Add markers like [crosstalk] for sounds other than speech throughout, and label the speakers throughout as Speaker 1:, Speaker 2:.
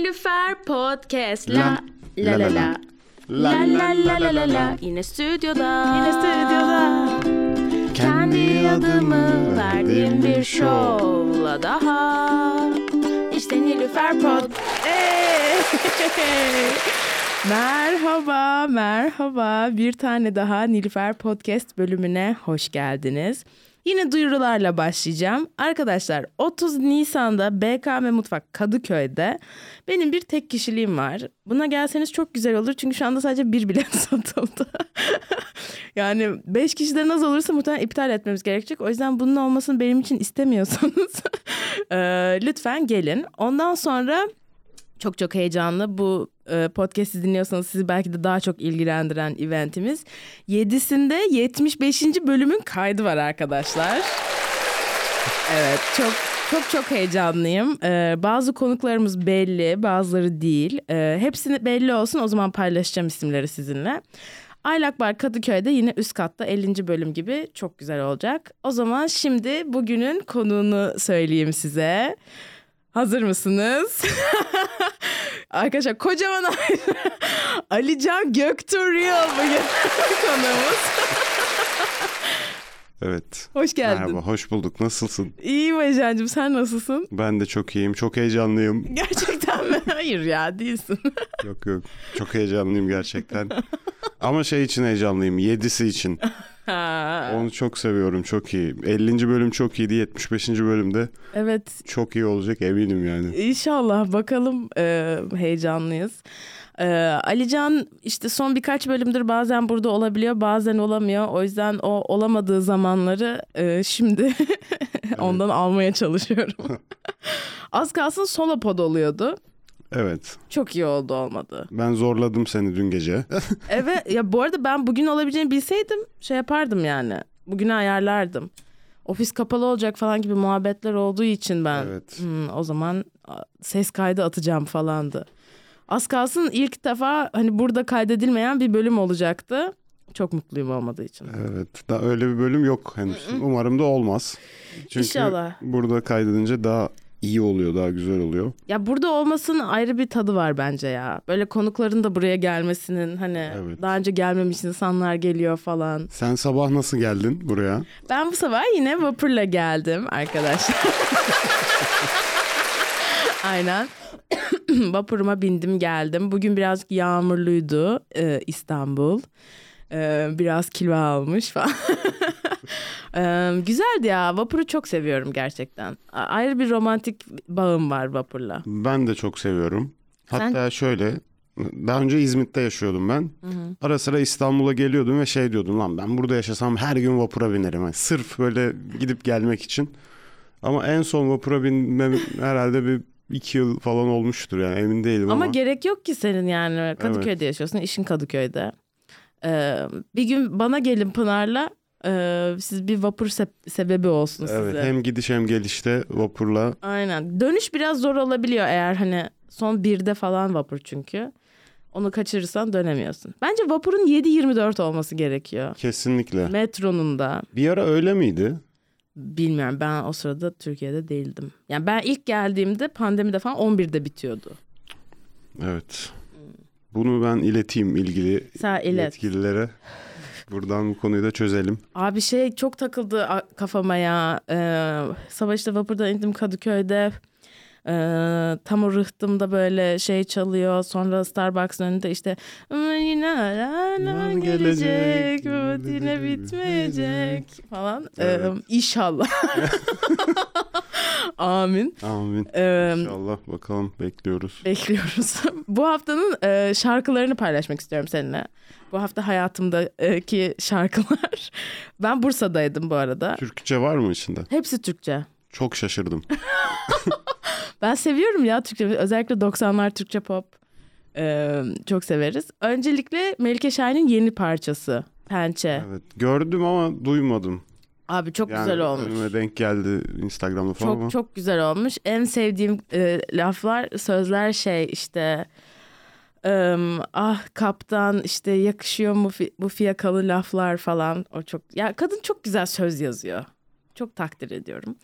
Speaker 1: Nilüfer Podcast. La la la la. La la la la la la. Yine stüdyoda. Yine stüdyoda. Kendi adımı verdiğim bir şovla daha. İşte Nilüfer Pod. [laughs]
Speaker 2: merhaba, merhaba. Bir tane daha Nilüfer Podcast bölümüne hoş geldiniz. Yine duyurularla başlayacağım. Arkadaşlar 30 Nisan'da BKM Mutfak Kadıköy'de benim bir tek kişiliğim var. Buna gelseniz çok güzel olur çünkü şu anda sadece bir bilet [laughs] satıldı. yani 5 kişiden az olursa muhtemelen iptal etmemiz gerekecek. O yüzden bunun olmasını benim için istemiyorsanız [laughs] eee, lütfen gelin. Ondan sonra çok çok heyecanlı. Bu e, podcast'i dinliyorsanız sizi belki de daha çok ilgilendiren eventimiz. 7'sinde 75. bölümün kaydı var arkadaşlar. Evet çok çok çok heyecanlıyım. Ee, bazı konuklarımız belli, bazıları değil. Ee, hepsini belli olsun o zaman paylaşacağım isimleri sizinle. Aylak Bar Kadıköy'de yine üst katta 50. bölüm gibi çok güzel olacak. O zaman şimdi bugünün konuğunu söyleyeyim size. Hazır mısınız? [laughs] Arkadaşlar kocaman [laughs] Ali Can Göktuğ Real bugün [laughs] konuğumuz.
Speaker 3: Evet.
Speaker 2: Hoş geldin.
Speaker 3: Merhaba, hoş bulduk. Nasılsın?
Speaker 2: İyiyim Ajancığım sen nasılsın? [laughs]
Speaker 3: Ben de çok iyiyim, çok heyecanlıyım.
Speaker 2: Gerçekten mi? Hayır ya değilsin. [laughs]
Speaker 3: yok yok, çok heyecanlıyım gerçekten. Ama şey için heyecanlıyım, yedisi için.
Speaker 2: Ha.
Speaker 3: Onu çok seviyorum, çok iyi. 50. bölüm çok iyiydi, 75. bölümde
Speaker 2: evet
Speaker 3: çok iyi olacak eminim yani.
Speaker 2: inşallah bakalım e, heyecanlıyız. E, Alican işte son birkaç bölümdür bazen burada olabiliyor bazen olamıyor. O yüzden o olamadığı zamanları e, şimdi [laughs] ondan almaya çalışıyorum. Az kalsın solo pod oluyordu.
Speaker 3: Evet,
Speaker 2: Çok iyi oldu olmadı.
Speaker 3: ben zorladım seni dün gece. [laughs]
Speaker 2: Evet ya bu arada ben bugün olabileceğini bilseydim şey yapardım yani. Bugüne ayarlardım. Ofis kapalı olacak falan gibi muhabbetler olduğu için ben
Speaker 3: Evet.
Speaker 2: "Hmm, o zaman a, ses kaydı atacağım falandı. Az kalsın ilk defa hani burada kaydedilmeyen bir bölüm olacaktı. Çok mutluyum olmadığı için.
Speaker 3: evet, daha öyle bir bölüm yok henüz. Umarım da olmaz. Çünkü
Speaker 2: İnşallah.
Speaker 3: burada kaydedince daha iyi oluyor, daha güzel oluyor.
Speaker 2: Ya burada olmasının ayrı bir tadı var bence ya. Böyle konukların da buraya gelmesinin hani
Speaker 3: Evet.
Speaker 2: daha önce gelmemiş insanlar geliyor falan.
Speaker 3: Sen sabah nasıl geldin buraya?
Speaker 2: Ben bu sabah yine vapurla geldim arkadaşlar. [laughs] Aynen. [clears throat] Vapuruma bindim geldim. Bugün birazcık yağmurluydu e, İstanbul. E, biraz kilo almış falan. [laughs] E, güzeldi ya. Vapuru çok seviyorum gerçekten. A- ayrı bir romantik bağım var vapurla.
Speaker 3: Ben de çok seviyorum. Hatta şöyle daha önce İzmit'te yaşıyordum ben. Ara sıra İstanbul'a geliyordum ve şey diyordum lan ben burada yaşasam her gün vapura binerim. Yani sırf böyle gidip gelmek için. Ama en son vapura binmem herhalde bir iki yıl falan olmuştur yani emin değilim ama.
Speaker 2: Ama gerek yok ki senin yani. Kadıköy'de yaşıyorsun. işin Kadıköy'de. E, bir gün bana gelin Pınar'la. e, siz bir vapur se- sebebi olsun
Speaker 3: evet,
Speaker 2: size.
Speaker 3: hem gidiş hem gelişte vapurla
Speaker 2: Aynen. Dönüş biraz zor olabiliyor eğer hani son birde falan vapur çünkü. Onu kaçırırsan dönemiyorsun. Bence vapurun 7-24 olması gerekiyor.
Speaker 3: kesinlikle.
Speaker 2: Metronun da
Speaker 3: Bir ara öyle miydi?
Speaker 2: bilmiyorum ben o sırada Türkiye'de değildim. Yani ben ilk geldiğimde pandemide falan 11'de bitiyordu.
Speaker 3: Evet. Bunu ben ileteyim ilgili
Speaker 2: Sen ilet.
Speaker 3: yetkililere. Buradan bu konuyu da çözelim.
Speaker 2: Abi şey çok takıldı a- kafama ya. Ee, sabah işte vapurdan indim Kadıköy'de. Ee, tam o rıhtımda böyle şey çalıyor. Sonra Starbucks'ın önünde işte "Ama yine aranan
Speaker 3: Gelecek,
Speaker 2: gelecek,
Speaker 3: gelecek,
Speaker 2: yine bitmeyecek falan. Ee,
Speaker 3: Evet.
Speaker 2: [laughs] inşallah. Amin.
Speaker 3: Amin.
Speaker 2: Ee,
Speaker 3: İnşallah bakalım bekliyoruz.
Speaker 2: bekliyoruz. [laughs] Bu haftanın e, şarkılarını paylaşmak istiyorum seninle. Bu hafta hayatımdaki şarkılar. [laughs] Ben Bursa'daydım bu arada.
Speaker 3: Türkçe var mı içinde?
Speaker 2: Hepsi Türkçe. [laughs]
Speaker 3: Çok şaşırdım.
Speaker 2: Ben seviyorum ya Türkçe. Özellikle 90'lar Türkçe pop. Ee, çok severiz. Öncelikle Melike Şahin'in yeni parçası. Pençe.
Speaker 3: Evet. Gördüm ama duymadım.
Speaker 2: Abi çok
Speaker 3: Yani
Speaker 2: güzel olmuş.
Speaker 3: Önüme denk geldi Instagram'da falan ama.
Speaker 2: Çok çok güzel olmuş. En sevdiğim e, laflar, sözler şey işte em, ah kaptan işte yakışıyor mu fi- bu fiyakalı laflar falan. O çok ya kadın çok güzel söz yazıyor. Çok takdir ediyorum.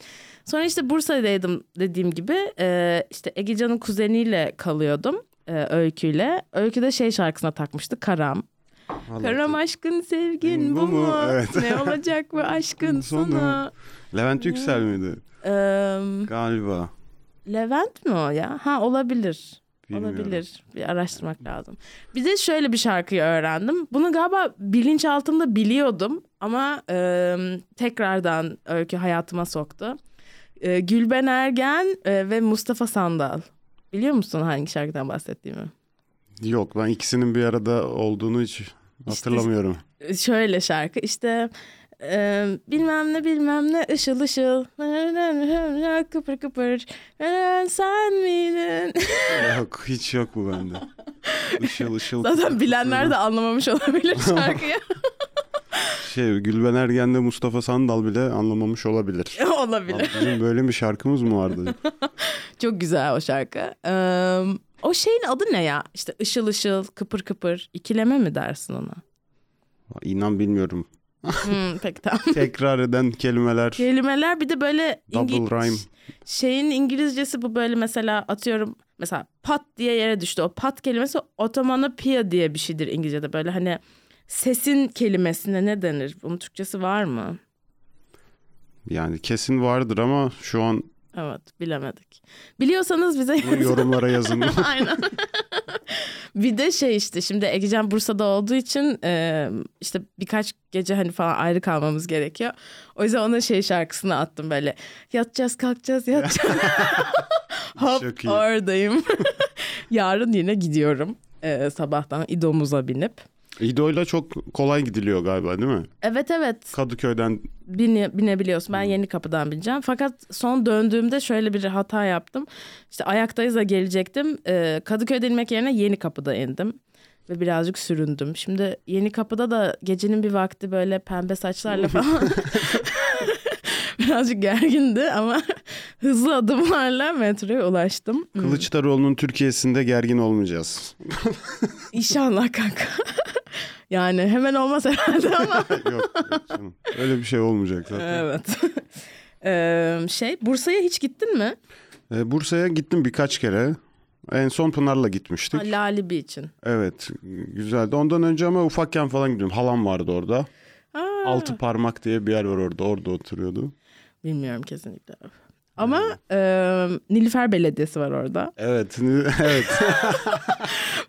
Speaker 2: Sonra işte Bursa'daydım dediğim gibi. E, işte Egecan'ın kuzeniyle kalıyordum. E, öyküyle. Öyküde şey şarkısına takmıştı. Karam.
Speaker 3: Vallahi
Speaker 2: Karam aşkın sevgin bu,
Speaker 3: Bu
Speaker 2: mu?
Speaker 3: mu? Evet.
Speaker 2: Ne olacak [laughs] bu aşkın
Speaker 3: Sonu.
Speaker 2: sonu?
Speaker 3: Levent Yüksel miydi?
Speaker 2: Ee,
Speaker 3: Galiba.
Speaker 2: Levent mi o ya? Ha olabilir.
Speaker 3: Bilmiyorum.
Speaker 2: Olabilir. Bir araştırmak lazım. Bir de şöyle bir şarkıyı öğrendim. Bunu galiba bilinçaltımda biliyordum ama e, tekrardan öykü hayatıma soktu. E, Gülben Ergen e, ve Mustafa Sandal. Biliyor musun hangi şarkıdan bahsettiğimi?
Speaker 3: Yok ben ikisinin bir arada olduğunu hiç hatırlamıyorum.
Speaker 2: E, Şöyle şarkı işte e, bilmem ne bilmem ne ışıl ışıl kıpır kıpır sen miydin?
Speaker 3: Yok hiç yok bu bende. Işıl
Speaker 2: [laughs]
Speaker 3: ışıl.
Speaker 2: Zaten bilenler de anlamamış olabilir şarkıyı.
Speaker 3: Şey Gülben Ergen'de Mustafa Sandal bile anlamamış olabilir. Lan
Speaker 2: Olabilir.
Speaker 3: Bizim böyle bir şarkımız mı vardı?
Speaker 2: [laughs] Çok güzel o şarkı. Ee, o şeyin adı ne ya? İşte ışıl ışıl, kıpır kıpır, ikileme mi dersin ona?
Speaker 3: İnan bilmiyorum.
Speaker 2: Hmm, pek tamam.
Speaker 3: Tekrar eden
Speaker 2: [laughs]
Speaker 3: kelimeler.
Speaker 2: Kelimeler bir de böyle
Speaker 3: Double rhyme.
Speaker 2: şeyin İngilizcesi bu böyle mesela atıyorum mesela pat diye yere düştü. O pat kelimesi otomanopia diye bir şeydir İngilizce'de böyle hani sesin kelimesine ne denir? Bunun Türkçesi var mı?
Speaker 3: Yani kesin vardır ama şu an
Speaker 2: Evet bilemedik. Biliyorsanız bize [laughs]
Speaker 3: bu yorumlara yazın. [laughs]
Speaker 2: Aynen. bir de şey işte şimdi Egecan Bursa'da olduğu için e, işte birkaç gece hani falan ayrı kalmamız gerekiyor. O yüzden ona şey şarkısını attım böyle. Yatacağız kalkacağız
Speaker 3: [laughs]
Speaker 2: yatacağız.
Speaker 3: Çok
Speaker 2: Hop
Speaker 3: iyi.
Speaker 2: oradayım. [laughs] Yarın yine gidiyorum. E, sabahtan İdo'muza binip.
Speaker 3: İdo'yla çok kolay gidiliyor galiba değil mi?
Speaker 2: Evet evet
Speaker 3: Kadıköy'den
Speaker 2: bine, binebiliyorsun. Ben yeni kapıdan bineceğim. Fakat son döndüğümde şöyle bir hata yaptım. İşte ayaktayız da gelecektim. Ee, Kadıköy'de inmek yerine yeni kapıda indim. Ve birazcık süründüm. Şimdi yeni kapıda da gecenin bir vakti böyle pembe saçlarla falan. [laughs] birazcık gergindi ama [laughs] hızlı adımlarla metroya ulaştım.
Speaker 3: Kılıçdaroğlu'nun Türkiye'sinde gergin olmayacağız. [laughs]
Speaker 2: İnşallah kanka. [laughs] yani hemen olmaz herhalde ama.
Speaker 3: yok, yok canım. Öyle bir şey olmayacak zaten.
Speaker 2: evet. [laughs] Ee, şey Bursa'ya hiç gittin mi?
Speaker 3: Ee, Bursa'ya gittim birkaç kere. En son Pınar'la gitmiştik.
Speaker 2: Ha, Lali bir için.
Speaker 3: Evet güzeldi. Ondan önce ama ufakken falan gidiyordum. Halam vardı orada.
Speaker 2: Aa,
Speaker 3: Altı parmak diye bir yer var orada. Orada oturuyordu.
Speaker 2: Bilmiyorum kesinlikle. Ama e, Nilüfer Belediyesi var orada.
Speaker 3: Evet. [laughs] evet.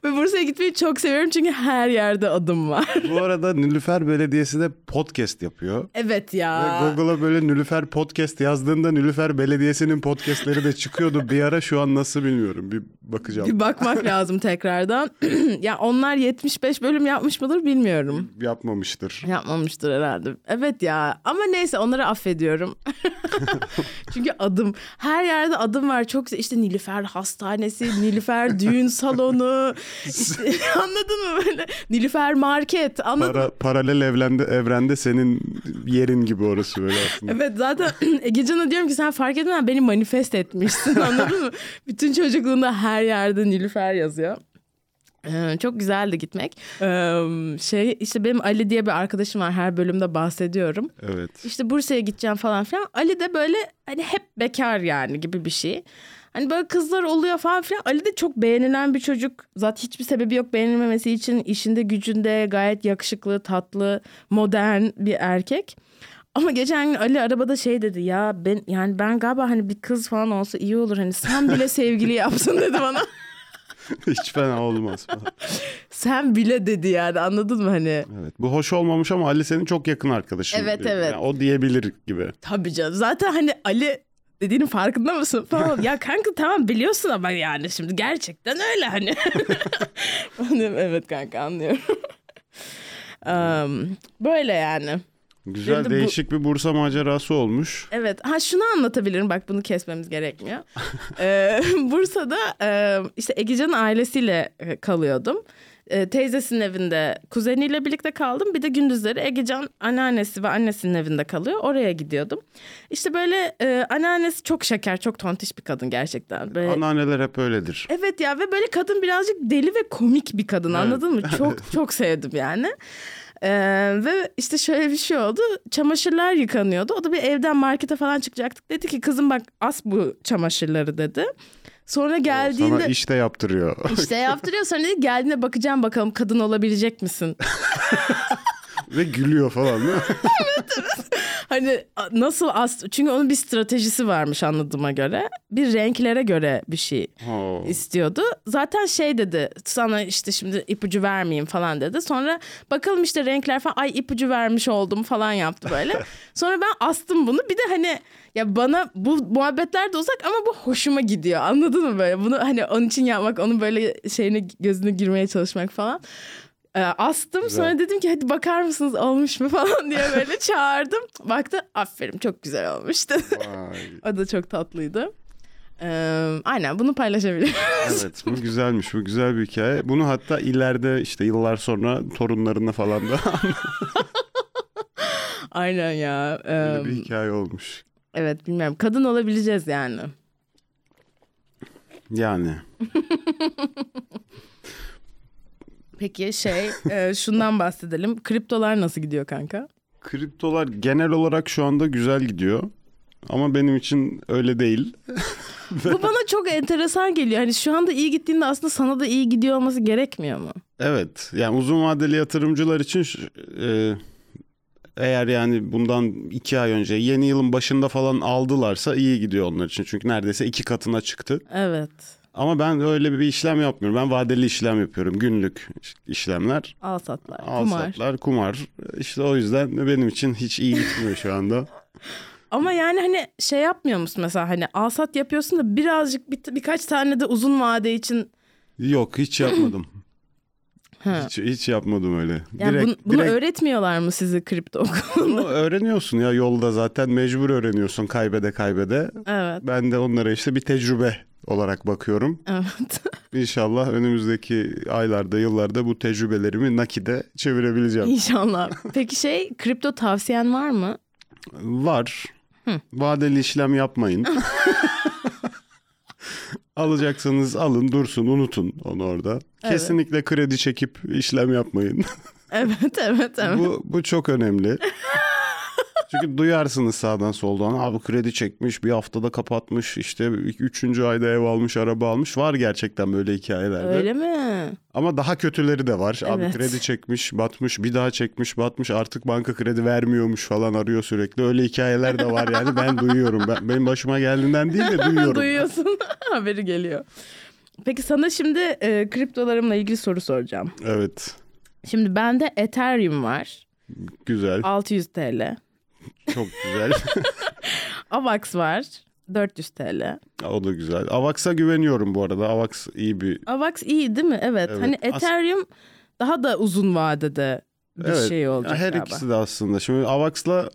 Speaker 2: Ve Bursa'ya gitmeyi çok seviyorum çünkü her yerde adım var.
Speaker 3: Bu arada Nülüfer Belediyesi de podcast yapıyor.
Speaker 2: [laughs] evet
Speaker 3: Ve
Speaker 2: ya.
Speaker 3: Google'a böyle Nülüfer podcast yazdığında Nülüfer Belediyesi'nin podcastleri de çıkıyordu. bir ara şu an nasıl bilmiyorum. Bir bakacağım.
Speaker 2: Bir bakmak lazım tekrardan. [clears throat] ya onlar 75 bölüm yapmış mıdır bilmiyorum.
Speaker 3: Yapmamıştır.
Speaker 2: Yapmamıştır herhalde. Evet ya ama neyse onları affediyorum. [laughs] Çünkü adım her yerde adım var. Çok güzel. işte Nilüfer Hastanesi, Nilüfer Düğün [laughs] Salonu. işte anladın mı böyle? Nilüfer Market. Anladın
Speaker 3: Para, paralel evrende, evrende senin yerin gibi orası böyle aslında.
Speaker 2: Evet zaten [clears throat] Egecan'a diyorum ki sen fark etmeden beni manifest etmişsin [laughs] anladın mı? Bütün çocukluğunda her yerde Nilüfer yazıyor. Ee, çok güzeldi gitmek. Ee, şey işte benim Ali diye bir arkadaşım var her bölümde bahsediyorum.
Speaker 3: Evet.
Speaker 2: İşte Bursa'ya gideceğim falan filan. Ali de böyle hani hep bekar yani gibi bir şey. Hani böyle kızlar oluyor falan filan. Ali de çok beğenilen bir çocuk. Zaten hiçbir sebebi yok beğenilmemesi için. işinde gücünde gayet yakışıklı, tatlı, modern bir erkek. Ama geçen gün Ali arabada şey dedi ya ben yani ben galiba hani bir kız falan olsa iyi olur hani sen bile sevgili yapsın dedi bana. [laughs]
Speaker 3: Hiç fena olmaz falan.
Speaker 2: sen bile dedi yani anladın mı hani?
Speaker 3: Evet. Bu hoş olmamış ama Ali senin çok yakın arkadaşın.
Speaker 2: Evet,
Speaker 3: Yani
Speaker 2: evet.
Speaker 3: o diyebilir gibi.
Speaker 2: Tabii canım. Zaten hani Ali dediğinin farkında mısın falan. ya kanka tamam biliyorsun ama yani şimdi gerçekten öyle hani. Ben de, evet kanka anlıyorum. Um, böyle yani.
Speaker 3: Güzel
Speaker 2: Şimdi bu-
Speaker 3: değişik bir Bursa macerası olmuş.
Speaker 2: Evet. Ha şunu anlatabilirim. Bak bunu kesmemiz gerekmiyor. Ee, [laughs] Bursa'da e, işte Egecan'ın ailesiyle e, kalıyordum. E, teyzesinin evinde kuzeniyle birlikte kaldım. Bir de gündüzleri Egecan anneannesi ve annesinin evinde kalıyor. Oraya gidiyordum. İşte böyle e, anneannesi çok şeker, çok tontiş bir kadın gerçekten. Böyle...
Speaker 3: Anneanneler hep öyledir.
Speaker 2: Evet
Speaker 3: [laughs]
Speaker 2: ya ve böyle kadın birazcık deli ve komik bir kadın anladın mı? Çok çok sevdim yani. Ee, ve işte şöyle bir şey oldu. Çamaşırlar yıkanıyordu. O da bir evden markete falan çıkacaktık. Dedi ki kızım bak as bu çamaşırları dedi. Sonra [laughs]
Speaker 3: Sana
Speaker 2: geldiğinde
Speaker 3: iş de yaptırıyor. [laughs]
Speaker 2: işte yaptırıyor. Sonra dedi geldiğinde bakacağım bakalım kadın olabilecek misin? [laughs]
Speaker 3: Ve gülüyor falan değil mi?
Speaker 2: Hani a- nasıl as çünkü onun bir stratejisi varmış anladığıma göre. Bir renklere göre bir şey
Speaker 3: Oo.
Speaker 2: istiyordu. Zaten şey dedi sana işte şimdi ipucu vermeyeyim falan dedi. Sonra bakalım işte renkler falan ay ipucu vermiş oldum falan yaptı böyle. Sonra ben astım bunu. Bir de hani ya bana bu muhabbetler de uzak ama bu hoşuma gidiyor. Anladın mı böyle? Bunu hani onun için yapmak, onun böyle şeyine gözüne girmeye çalışmak falan. Ee, Astım sonra dedim ki hadi bakar mısınız olmuş mu [laughs] falan diye böyle çağırdım. Baktı aferin çok güzel olmuş [laughs] dedi.
Speaker 3: Vay.
Speaker 2: o da çok tatlıydı. Ee, aynen bunu paylaşabilirim.
Speaker 3: Evet bu güzelmiş bu güzel bir hikaye. Bunu hatta ileride işte yıllar sonra torunlarına falan da [laughs]
Speaker 2: Aynen ya. Ee,
Speaker 3: böyle bir hikaye olmuş.
Speaker 2: evet bilmiyorum. Kadın olabileceğiz yani.
Speaker 3: Yani
Speaker 2: Peki [laughs] şey e, şundan bahsedelim. Kriptolar nasıl gidiyor kanka?
Speaker 3: kriptolar genel olarak şu anda güzel gidiyor. Ama benim için öyle değil.
Speaker 2: Bu bana çok enteresan geliyor. Hani şu anda iyi gittiğinde aslında sana da iyi gidiyor olması gerekmiyor mu?
Speaker 3: Evet yani uzun vadeli yatırımcılar için ş- e, eğer yani bundan iki ay önce yeni yılın başında falan aldılarsa iyi gidiyor onlar için. Çünkü neredeyse iki katına çıktı.
Speaker 2: Evet.
Speaker 3: Ama ben öyle bir işlem yapmıyorum. Ben vadeli işlem yapıyorum. Günlük işlemler.
Speaker 2: Al satlar.
Speaker 3: Al
Speaker 2: kumar.
Speaker 3: satlar, kumar. İşte o yüzden benim için hiç iyi gitmiyor
Speaker 2: [laughs]
Speaker 3: şu anda.
Speaker 2: Ama yani hani şey yapmıyor musun mesela hani al sat yapıyorsun da birazcık bir, birkaç tane de uzun vade için
Speaker 3: Yok hiç yapmadım.
Speaker 2: Ha.
Speaker 3: hiç, hiç yapmadım öyle.
Speaker 2: yani
Speaker 3: direkt,
Speaker 2: bunu, bunu
Speaker 3: direkt
Speaker 2: öğretmiyorlar mı sizi kripto okulunda?
Speaker 3: bunu öğreniyorsun ya yolda zaten mecbur öğreniyorsun kaybede kaybede.
Speaker 2: [laughs] evet.
Speaker 3: Ben de onlara işte bir tecrübe olarak bakıyorum.
Speaker 2: Evet. [laughs]
Speaker 3: İnşallah önümüzdeki aylarda, yıllarda bu tecrübelerimi nakide çevirebileceğim.
Speaker 2: İnşallah. Peki şey kripto tavsiyen var mı?
Speaker 3: Var. Vadeli
Speaker 2: [laughs]
Speaker 3: işlem yapmayın. Alacaksanız alın, dursun, unutun onu orada.
Speaker 2: Evet.
Speaker 3: Kesinlikle kredi çekip işlem yapmayın. [laughs]
Speaker 2: Evet evet evet.
Speaker 3: bu bu
Speaker 2: [laughs]
Speaker 3: çok önemli. Çünkü duyarsınız sağdan soldan abi kredi çekmiş bir haftada kapatmış işte üçüncü ayda ev almış araba almış var gerçekten böyle hikayelerde.
Speaker 2: Öyle mi?
Speaker 3: Ama daha kötüleri de var. Abi
Speaker 2: Evet.
Speaker 3: kredi çekmiş, batmış, bir daha çekmiş, batmış. Artık banka kredi vermiyormuş falan arıyor sürekli. Öyle hikayeler de var yani ben duyuyorum. Ben, benim başıma geldiğinden değil
Speaker 2: [laughs]
Speaker 3: de duyuyorum.
Speaker 2: Duyuyorsun. [laughs] Haberi geliyor. Peki sana şimdi e, kriptolarımla ilgili soru soracağım.
Speaker 3: Evet.
Speaker 2: Şimdi bende Ethereum var.
Speaker 3: Güzel.
Speaker 2: 600 TL.
Speaker 3: Çok güzel. [laughs]
Speaker 2: Avax var. 400 TL.
Speaker 3: o da güzel. Avax'a güveniyorum bu arada. Avax iyi bir
Speaker 2: Avax iyi değil mi? Evet.
Speaker 3: Evet.
Speaker 2: Hani
Speaker 3: As-
Speaker 2: Ethereum daha da uzun vadede bir şey olacak
Speaker 3: Her
Speaker 2: galiba.
Speaker 3: ikisi de aslında. Şimdi Avax'la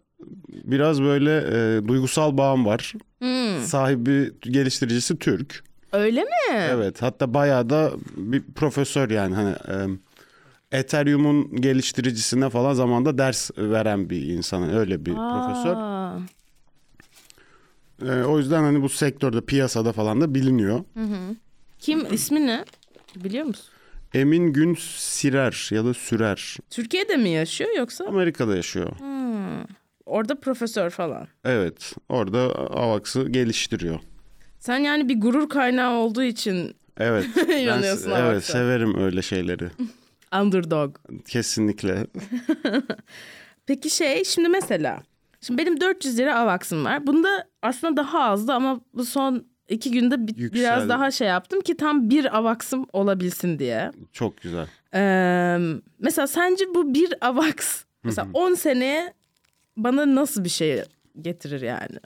Speaker 3: biraz böyle e, duygusal bağım var.
Speaker 2: Hmm,
Speaker 3: Sahibi, geliştiricisi Türk.
Speaker 2: Öyle mi?
Speaker 3: Evet. Hatta bayağı da bir profesör yani hani e, Ethereum'un geliştiricisine falan zamanda ders veren bir insan. hani, Öyle bir profesör.
Speaker 2: Aa,
Speaker 3: E, o yüzden hani bu sektörde, piyasada falan da biliniyor.
Speaker 2: Kim ismi ne? Biliyor musun?
Speaker 3: Emin Gün Sirer ya da Sürer.
Speaker 2: Türkiye'de mi yaşıyor yoksa?
Speaker 3: Amerika'da yaşıyor.
Speaker 2: Orada profesör falan.
Speaker 3: Evet. Orada Avax'ı geliştiriyor.
Speaker 2: Sen yani bir gurur kaynağı olduğu için
Speaker 3: Evet.
Speaker 2: İnanıyorsun
Speaker 3: ben, Evet,
Speaker 2: Avax'a.
Speaker 3: severim öyle şeyleri.
Speaker 2: underdog.
Speaker 3: Kesinlikle.
Speaker 2: Peki şey şimdi mesela şimdi benim 400 lira avaksım var. Bunda aslında daha azdı ama bu son iki günde bi-
Speaker 3: Yükseldi.
Speaker 2: biraz daha şey yaptım ki tam bir avaksım olabilsin diye.
Speaker 3: Çok güzel.
Speaker 2: Ee, mesela sence bu bir avaks mesela 10 seneye bana nasıl bir şey getirir yani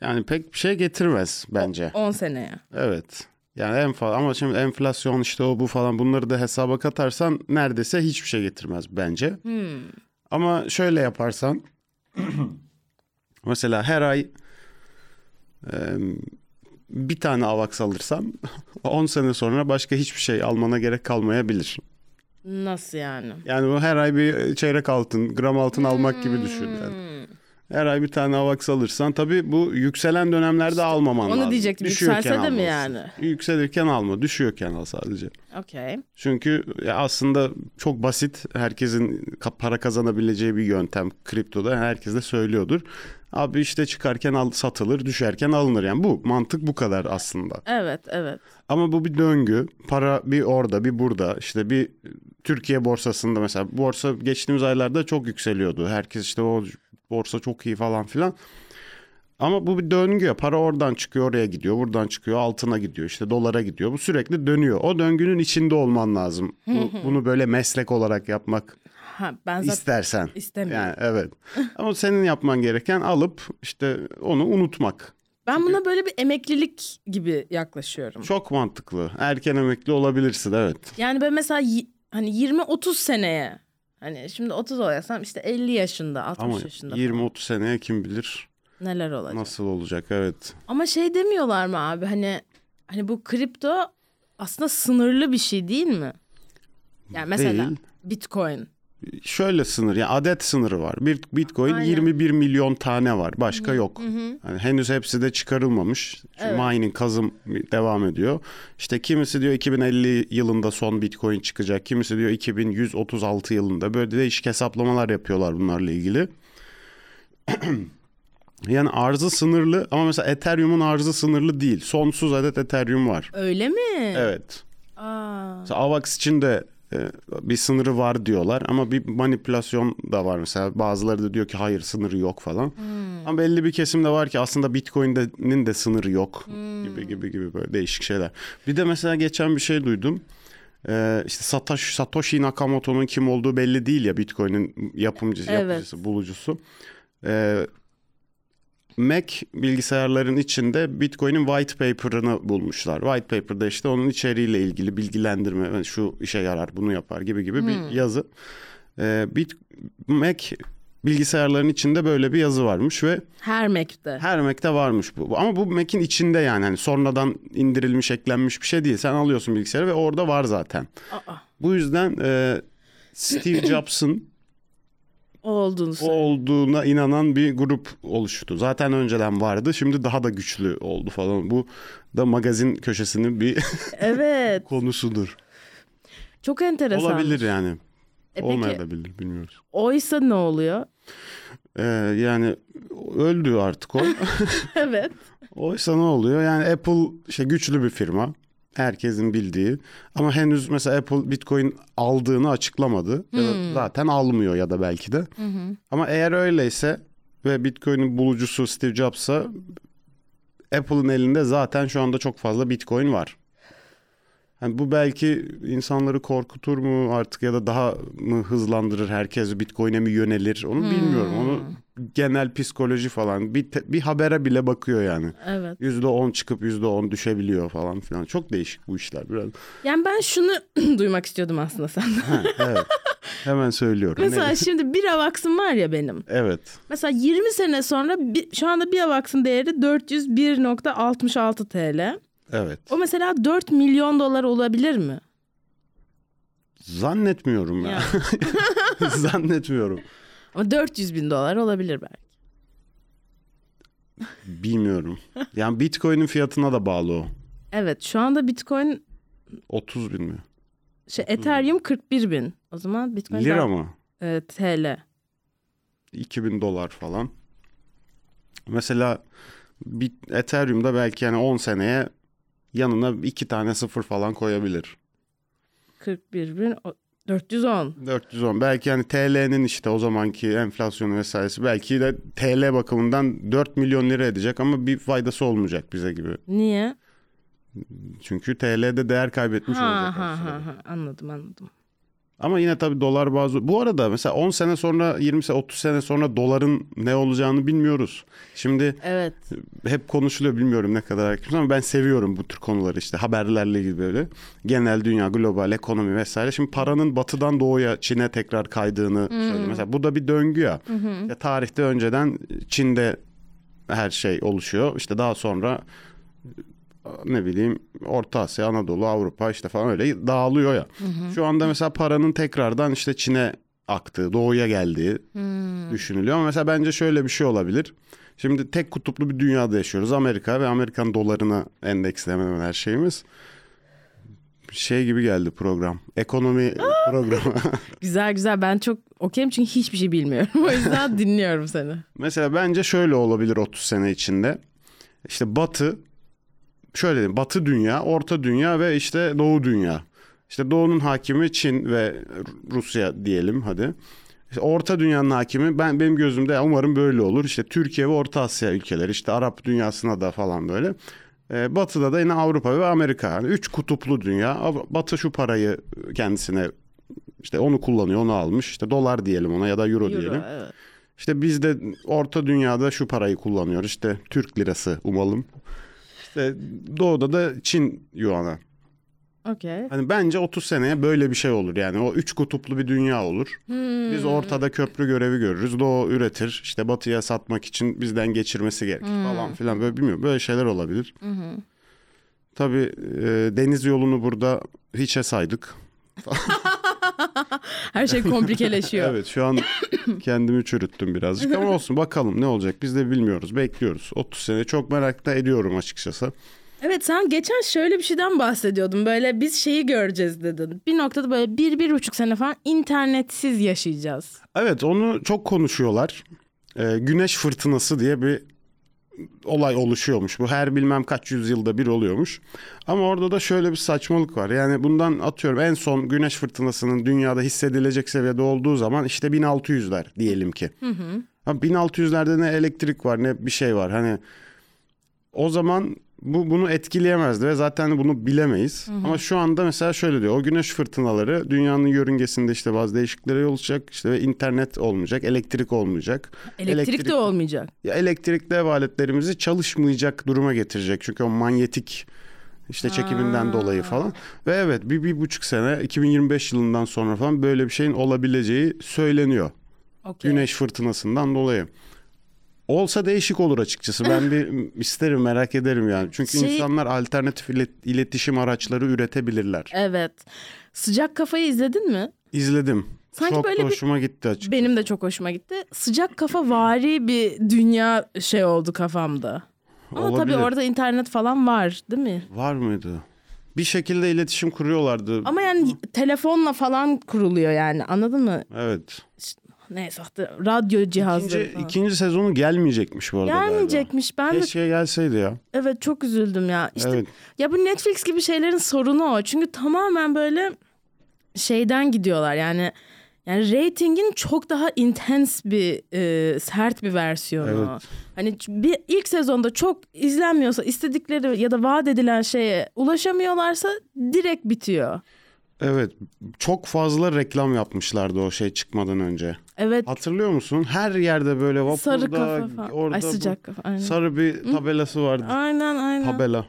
Speaker 3: Yani pek bir şey getirmez bence.
Speaker 2: 10 seneye?
Speaker 3: Evet. Yani en fazla ama şimdi enflasyon işte o bu falan bunları da hesaba katarsan neredeyse hiçbir şey getirmez bence. Ama şöyle yaparsan [clears throat] mesela her ay e, bir tane avax alırsan [laughs] 10 sene sonra başka hiçbir şey almana gerek kalmayabilir.
Speaker 2: Nasıl yani?
Speaker 3: e,
Speaker 2: Hmm.
Speaker 3: Yani bu her ay bir çeyrek altın, gram altın almak gibi düşün yani. Her ay bir tane avax alırsan tabii bu yükselen dönemlerde almaman
Speaker 2: onu
Speaker 3: lazım.
Speaker 2: diyecektim,
Speaker 3: Düşüyorken
Speaker 2: yükselse de mi
Speaker 3: almalısın.
Speaker 2: yani?
Speaker 3: Yükselirken alma, düşüyorken al sadece.
Speaker 2: Okey.
Speaker 3: Çünkü ya aslında çok basit herkesin ka- para kazanabileceği bir yöntem kriptoda herkes de söylüyordur. Abi işte çıkarken al, satılır, düşerken alınır yani bu mantık bu kadar aslında.
Speaker 2: Evet evet.
Speaker 3: Ama bu bir döngü. Para bir orada bir burada. İşte bir Türkiye borsasında mesela borsa geçtiğimiz aylarda çok yükseliyordu. Herkes işte o borsa çok iyi falan filan. Ama bu bir döngü. Para oradan çıkıyor oraya gidiyor. Buradan çıkıyor altına gidiyor. işte dolara gidiyor. Bu sürekli dönüyor. O döngünün içinde olman lazım. Bu- bunu böyle meslek olarak yapmak
Speaker 2: Ha, ben zaten
Speaker 3: istersen.
Speaker 2: istemiyorum.
Speaker 3: Yani evet. Ama senin yapman gereken alıp işte onu unutmak.
Speaker 2: ben buna böyle bir emeklilik gibi yaklaşıyorum.
Speaker 3: Çok mantıklı. Erken emekli olabilirsin evet.
Speaker 2: Yani ben mesela y- hani 20-30 seneye hani şimdi 30 olaysam işte 50 yaşında 60
Speaker 3: Ama
Speaker 2: yaşında
Speaker 3: 20-30 seneye kim bilir
Speaker 2: neler olacak.
Speaker 3: nasıl olacak evet.
Speaker 2: Ama şey demiyorlar mı abi hani hani bu kripto aslında sınırlı bir şey değil mi? Yani mesela
Speaker 3: Değil.
Speaker 2: Bitcoin.
Speaker 3: Şöyle sınır yani adet sınırı var. Bir Bitcoin
Speaker 2: Aynen.
Speaker 3: 21 milyon tane var. Başka yok. Yani henüz hepsi de çıkarılmamış. Çünkü Mining kazım devam ediyor. İşte kimisi diyor 2050 yılında son Bitcoin çıkacak. Kimisi diyor 2136 yılında. Böyle değişik hesaplamalar yapıyorlar bunlarla ilgili. [clears throat] yani arzı sınırlı ama mesela Ethereum'un arzı sınırlı değil. Sonsuz adet Ethereum var.
Speaker 2: Öyle mi?
Speaker 3: Evet.
Speaker 2: Aa,
Speaker 3: Mesela Avax için de e, bir sınırı var diyorlar ama bir manipülasyon da var mesela bazıları da diyor ki hayır sınırı yok falan. Ama belli bir kesim de var ki aslında Bitcoin'in de sınırı yok gibi gibi gibi böyle değişik şeyler. Bir de mesela geçen bir şey duydum. Ee, işte Satoshi, Satoshi Nakamoto'nun kim olduğu belli değil ya Bitcoin'in yapımcısı,
Speaker 2: Evet.
Speaker 3: yapıcısı, bulucusu. Ee, Mac bilgisayarların içinde Bitcoin'in white paper'ını bulmuşlar. White paper'da işte onun içeriğiyle ilgili bilgilendirme, yani şu işe yarar, bunu yapar gibi gibi bir yazı. Ee, Bit Mac bilgisayarların içinde böyle bir yazı varmış ve
Speaker 2: her mekte.
Speaker 3: her Mac'te varmış bu. Ama bu Mac'in içinde yani hani sonradan indirilmiş, eklenmiş bir şey değil. Sen alıyorsun bilgisayarı ve orada var zaten.
Speaker 2: Aa,
Speaker 3: Bu yüzden e,
Speaker 2: [coughs]
Speaker 3: Steve Jobs'ın
Speaker 2: o olduğunu
Speaker 3: o
Speaker 2: söyle.
Speaker 3: olduğuna inanan bir grup oluştu. Zaten önceden vardı. Şimdi daha da güçlü oldu falan. Bu da magazin köşesinin bir [laughs]
Speaker 2: Evet.
Speaker 3: konusudur.
Speaker 2: Çok enteresan.
Speaker 3: Olabilir yani.
Speaker 2: E peki-
Speaker 3: Olmayabilir bilmiyoruz.
Speaker 2: Oysa ne
Speaker 3: [laughs]
Speaker 2: oluyor?
Speaker 3: Ee, yani öldü artık
Speaker 2: [coughs]
Speaker 3: o.
Speaker 2: evet.
Speaker 3: Oysa ne oluyor? Yani Apple işte güçlü bir firma. Herkesin bildiği. Ama henüz mesela Apple Bitcoin aldığını açıklamadı. Ya da zaten almıyor ya da belki de. Ama eğer öyleyse ve Bitcoin'in bulucusu Steve Jobs'a Apple'ın elinde zaten şu anda çok fazla Bitcoin var. Yani bu belki insanları korkutur mu artık ya da daha mı hızlandırır herkes Bitcoin'e mi yönelir onu bilmiyorum. Onu genel psikoloji falan bir, te- bir habere bile bakıyor yani.
Speaker 2: Evet.
Speaker 3: %10 çıkıp %10 düşebiliyor falan filan. Çok değişik bu işler biraz.
Speaker 2: Yani ben şunu [clears throat] duymak istiyordum aslında senden.
Speaker 3: Evet. Hemen söylüyorum.
Speaker 2: Mesela
Speaker 3: Ne-
Speaker 2: şimdi bir avaksım var ya benim.
Speaker 3: Evet.
Speaker 2: Mesela 20 sene sonra bir, şu anda bir avaksın değeri 401.66 TL.
Speaker 3: Evet.
Speaker 2: O mesela 4 milyon dolar olabilir mi?
Speaker 3: Zannetmiyorum ya. [laughs] Zannetmiyorum.
Speaker 2: Ama 400 bin dolar olabilir belki.
Speaker 3: Bilmiyorum. Yani Bitcoin'in fiyatına da bağlı o.
Speaker 2: Evet şu anda Bitcoin
Speaker 3: 30 bin mi?
Speaker 2: şey Ethereum 41 bin. O zaman Bitcoin
Speaker 3: Hmm. Lira
Speaker 2: daha-
Speaker 3: mı?
Speaker 2: E, TL.
Speaker 3: 2000 dolar falan. Mesela bir Ethereum'da belki yani 10 seneye yanına iki tane sıfır falan koyabilir.
Speaker 2: 41 bin o- 410.
Speaker 3: 410 belki yani TL'nin işte o zamanki enflasyonu vesairesi belki de TL bakımından 4 milyon lira edecek ama bir faydası olmayacak bize gibi.
Speaker 2: Niye?
Speaker 3: Çünkü TL'de değer kaybetmiş
Speaker 2: Ha
Speaker 3: olacak.
Speaker 2: ha
Speaker 3: aslında.
Speaker 2: ha ha anladım anladım.
Speaker 3: Ama yine tabii dolar bazı. Bu arada mesela 10 sene sonra 20 sene 30 sene sonra doların ne olacağını bilmiyoruz. Şimdi
Speaker 2: Evet.
Speaker 3: hep konuşuluyor bilmiyorum ne kadar hakimsin ama ben seviyorum bu tür konuları işte haberlerle ilgili böyle. Genel dünya, global ekonomi vesaire. Şimdi paranın batıdan doğuya Çin'e tekrar kaydığını söylüyor. Mesela bu da bir döngü ya. Ya tarihte önceden Çin'de her şey oluşuyor. İşte daha sonra ne bileyim Orta Asya, Anadolu, Avrupa işte falan öyle dağılıyor ya. Şu anda mesela paranın tekrardan işte Çin'e aktığı, doğuya geldiği düşünülüyor. Ama mesela bence şöyle bir şey olabilir. Şimdi tek kutuplu bir dünyada yaşıyoruz. Amerika ve Amerikan dolarına endekslemem her şeyimiz. Şey gibi geldi program. Ekonomi programı.
Speaker 2: Güzel güzel ben çok okeyim çünkü hiçbir şey bilmiyorum. [laughs] O yüzden dinliyorum seni.
Speaker 3: Mesela bence şöyle olabilir 30 sene içinde. İşte batı, şöyle diyeyim, batı dünya, orta dünya ve işte doğu dünya. İşte doğunun hakimi Çin ve Rusya diyelim hadi. İşte orta dünyanın hakimi ben benim gözümde umarım böyle olur. İşte Türkiye ve Orta Asya ülkeleri işte Arap dünyasına da falan böyle. Ee, batı'da da yine Avrupa ve Amerika. Yani üç kutuplu dünya. Av- Batı şu parayı kendisine işte onu kullanıyor, onu almış. İşte dolar diyelim ona ya da euro, diyelim.
Speaker 2: evet.
Speaker 3: İşte biz de orta dünyada şu parayı kullanıyoruz. İşte Türk lirası umalım. İşte doğuda da Çin yuanı.
Speaker 2: Okey.
Speaker 3: Hani bence 30 seneye böyle bir şey olur. Yani o üç kutuplu bir dünya olur. Biz ortada köprü görevi görürüz. Doğu üretir. işte batıya satmak için bizden geçirmesi gerekir falan filan. Böyle bilmiyorum. Böyle şeyler olabilir. Tabii e, deniz yolunu burada hiçe saydık.
Speaker 2: Her şey komplikeleşiyor.
Speaker 3: [laughs] Evet şu an kendimi çürüttüm birazcık ama olsun bakalım ne olacak. Biz de bilmiyoruz. Bekliyoruz. 30 sene çok merak da ediyorum açıkçası.
Speaker 2: Evet sen geçen şöyle bir şeyden bahsediyordun. Böyle biz şeyi göreceğiz dedin. Bir noktada böyle bir, bir buçuk sene falan internetsiz yaşayacağız.
Speaker 3: Evet onu çok konuşuyorlar. Ee, güneş fırtınası diye bir olay oluşuyormuş. Bu her bilmem kaç yüzyılda bir oluyormuş. Ama orada da şöyle bir saçmalık var. Yani bundan atıyorum en son güneş fırtınasının dünyada hissedilecek seviyede olduğu zaman işte 1600'ler diyelim ki. Ha, 1600'lerde ne elektrik var ne bir şey var. Hani o zaman bu bunu etkileyemezdi ve zaten bunu bilemeyiz. Ama şu anda mesela şöyle diyor. O güneş fırtınaları dünyanın yörüngesinde işte bazı değişikliklere yol açacak. İşte ve internet olmayacak, elektrik olmayacak.
Speaker 2: Elektrik, de olmayacak.
Speaker 3: Ya elektrikli ev aletlerimizi çalışmayacak duruma getirecek. Çünkü o manyetik işte çekiminden dolayı falan. Ve evet bir, bir buçuk sene 2025 yılından sonra falan böyle bir şeyin olabileceği söyleniyor.
Speaker 2: Okey.
Speaker 3: Güneş fırtınasından dolayı. Olsa değişik olur açıkçası.
Speaker 2: [laughs]
Speaker 3: Ben bir isterim merak ederim yani. Çünkü
Speaker 2: Şey-
Speaker 3: insanlar alternatif ilet- iletişim araçları üretebilirler.
Speaker 2: Evet. Sıcak kafayı izledin mi?
Speaker 3: İzledim.
Speaker 2: Sanki
Speaker 3: Çok
Speaker 2: böyle
Speaker 3: da
Speaker 2: bir-
Speaker 3: hoşuma gitti açıkçası.
Speaker 2: Benim de çok hoşuma gitti. Sıcak kafa vari bir dünya şey oldu kafamda. Ama
Speaker 3: Olabilir.
Speaker 2: tabii orada internet falan var değil mi?
Speaker 3: Var mıydı? Bir şekilde iletişim kuruyorlardı.
Speaker 2: Ama yani telefonla falan kuruluyor yani anladın mı?
Speaker 3: Evet.
Speaker 2: Neyse hatta radyo cihazları
Speaker 3: İkinci,
Speaker 2: falan.
Speaker 3: ikinci sezonu gelmeyecekmiş bu arada. galiba.
Speaker 2: Gelmeyecekmiş ben de
Speaker 3: Keşke gelseydi ya.
Speaker 2: evet çok üzüldüm ya. İşte
Speaker 3: Evet.
Speaker 2: ya bu Netflix gibi şeylerin sorunu o. Çünkü tamamen böyle şeyden gidiyorlar yani yani reytingin çok daha intense bir e, sert bir versiyonu.
Speaker 3: Evet.
Speaker 2: Hani ç- bir ilk sezonda çok izlenmiyorsa istedikleri ya da vaat edilen şeye ulaşamıyorlarsa direkt bitiyor.
Speaker 3: Evet. Çok fazla reklam yapmışlardı o şey çıkmadan önce.
Speaker 2: Evet.
Speaker 3: Hatırlıyor musun? Her yerde böyle vapurda,
Speaker 2: sarı kafa falan.
Speaker 3: orada
Speaker 2: Ay
Speaker 3: bu-
Speaker 2: sıcak kafa. Aynen.
Speaker 3: sarı bir tabelası vardı.
Speaker 2: aynen aynen. [laughs]
Speaker 3: Tabela.